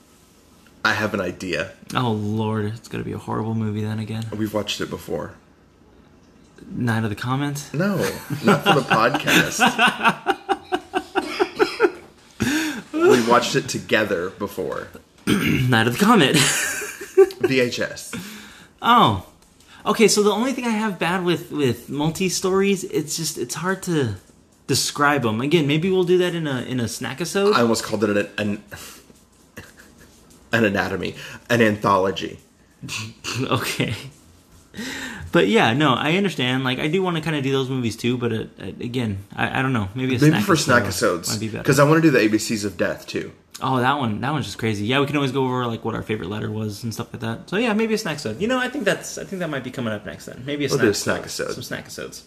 Speaker 2: I have an idea.
Speaker 1: Oh lord, it's gonna be a horrible movie then again.
Speaker 2: We've watched it before.
Speaker 1: Night of the Comment.
Speaker 2: No, not for the podcast. we watched it together before.
Speaker 1: Night of the Comet.
Speaker 2: VHS.
Speaker 1: Oh, okay. So the only thing I have bad with with multi stories, it's just it's hard to describe them. Again, maybe we'll do that in a in a snack episode.
Speaker 2: I almost called it an an, an anatomy, an anthology.
Speaker 1: okay. But yeah, no, I understand. Like, I do want to kind of do those movies too, but uh, uh, again, I, I don't know. Maybe a
Speaker 2: Maybe
Speaker 1: snack
Speaker 2: for snack
Speaker 1: might be
Speaker 2: episodes,
Speaker 1: better.
Speaker 2: because I want to do the ABCs of death too.
Speaker 1: Oh, that one, that one's just crazy. Yeah, we can always go over like what our favorite letter was and stuff like that. So yeah, maybe a snack episode. You know, I think that's I think that might be coming up next then. Maybe a
Speaker 2: We'll
Speaker 1: snack,
Speaker 2: do a snack episode.
Speaker 1: some snack episodes.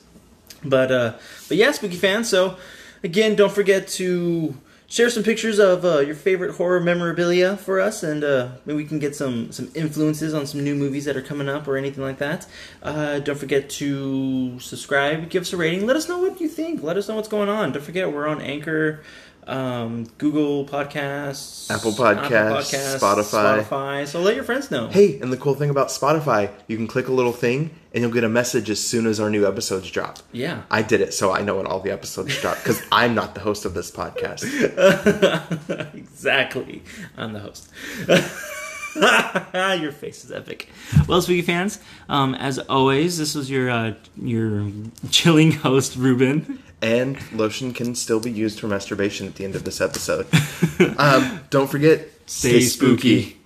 Speaker 1: But uh, but yeah, spooky fans. So again, don't forget to share some pictures of uh, your favorite horror memorabilia for us, and uh, maybe we can get some some influences on some new movies that are coming up or anything like that. Uh, don't forget to subscribe, give us a rating, let us know what you think, let us know what's going on. Don't forget we're on Anchor. Um, Google Podcasts,
Speaker 2: Apple Podcasts, Spotify.
Speaker 1: Spotify. So let your friends know.
Speaker 2: Hey, and the cool thing about Spotify, you can click a little thing and you'll get a message as soon as our new episodes drop.
Speaker 1: Yeah.
Speaker 2: I did it so I know when all the episodes drop because I'm not the host of this podcast.
Speaker 1: exactly. I'm the host. your face is epic. Well, Spooky fans, um, as always, this was your uh, your chilling host, Ruben.
Speaker 2: And lotion can still be used for masturbation at the end of this episode. um, don't forget,
Speaker 1: Stay spooky.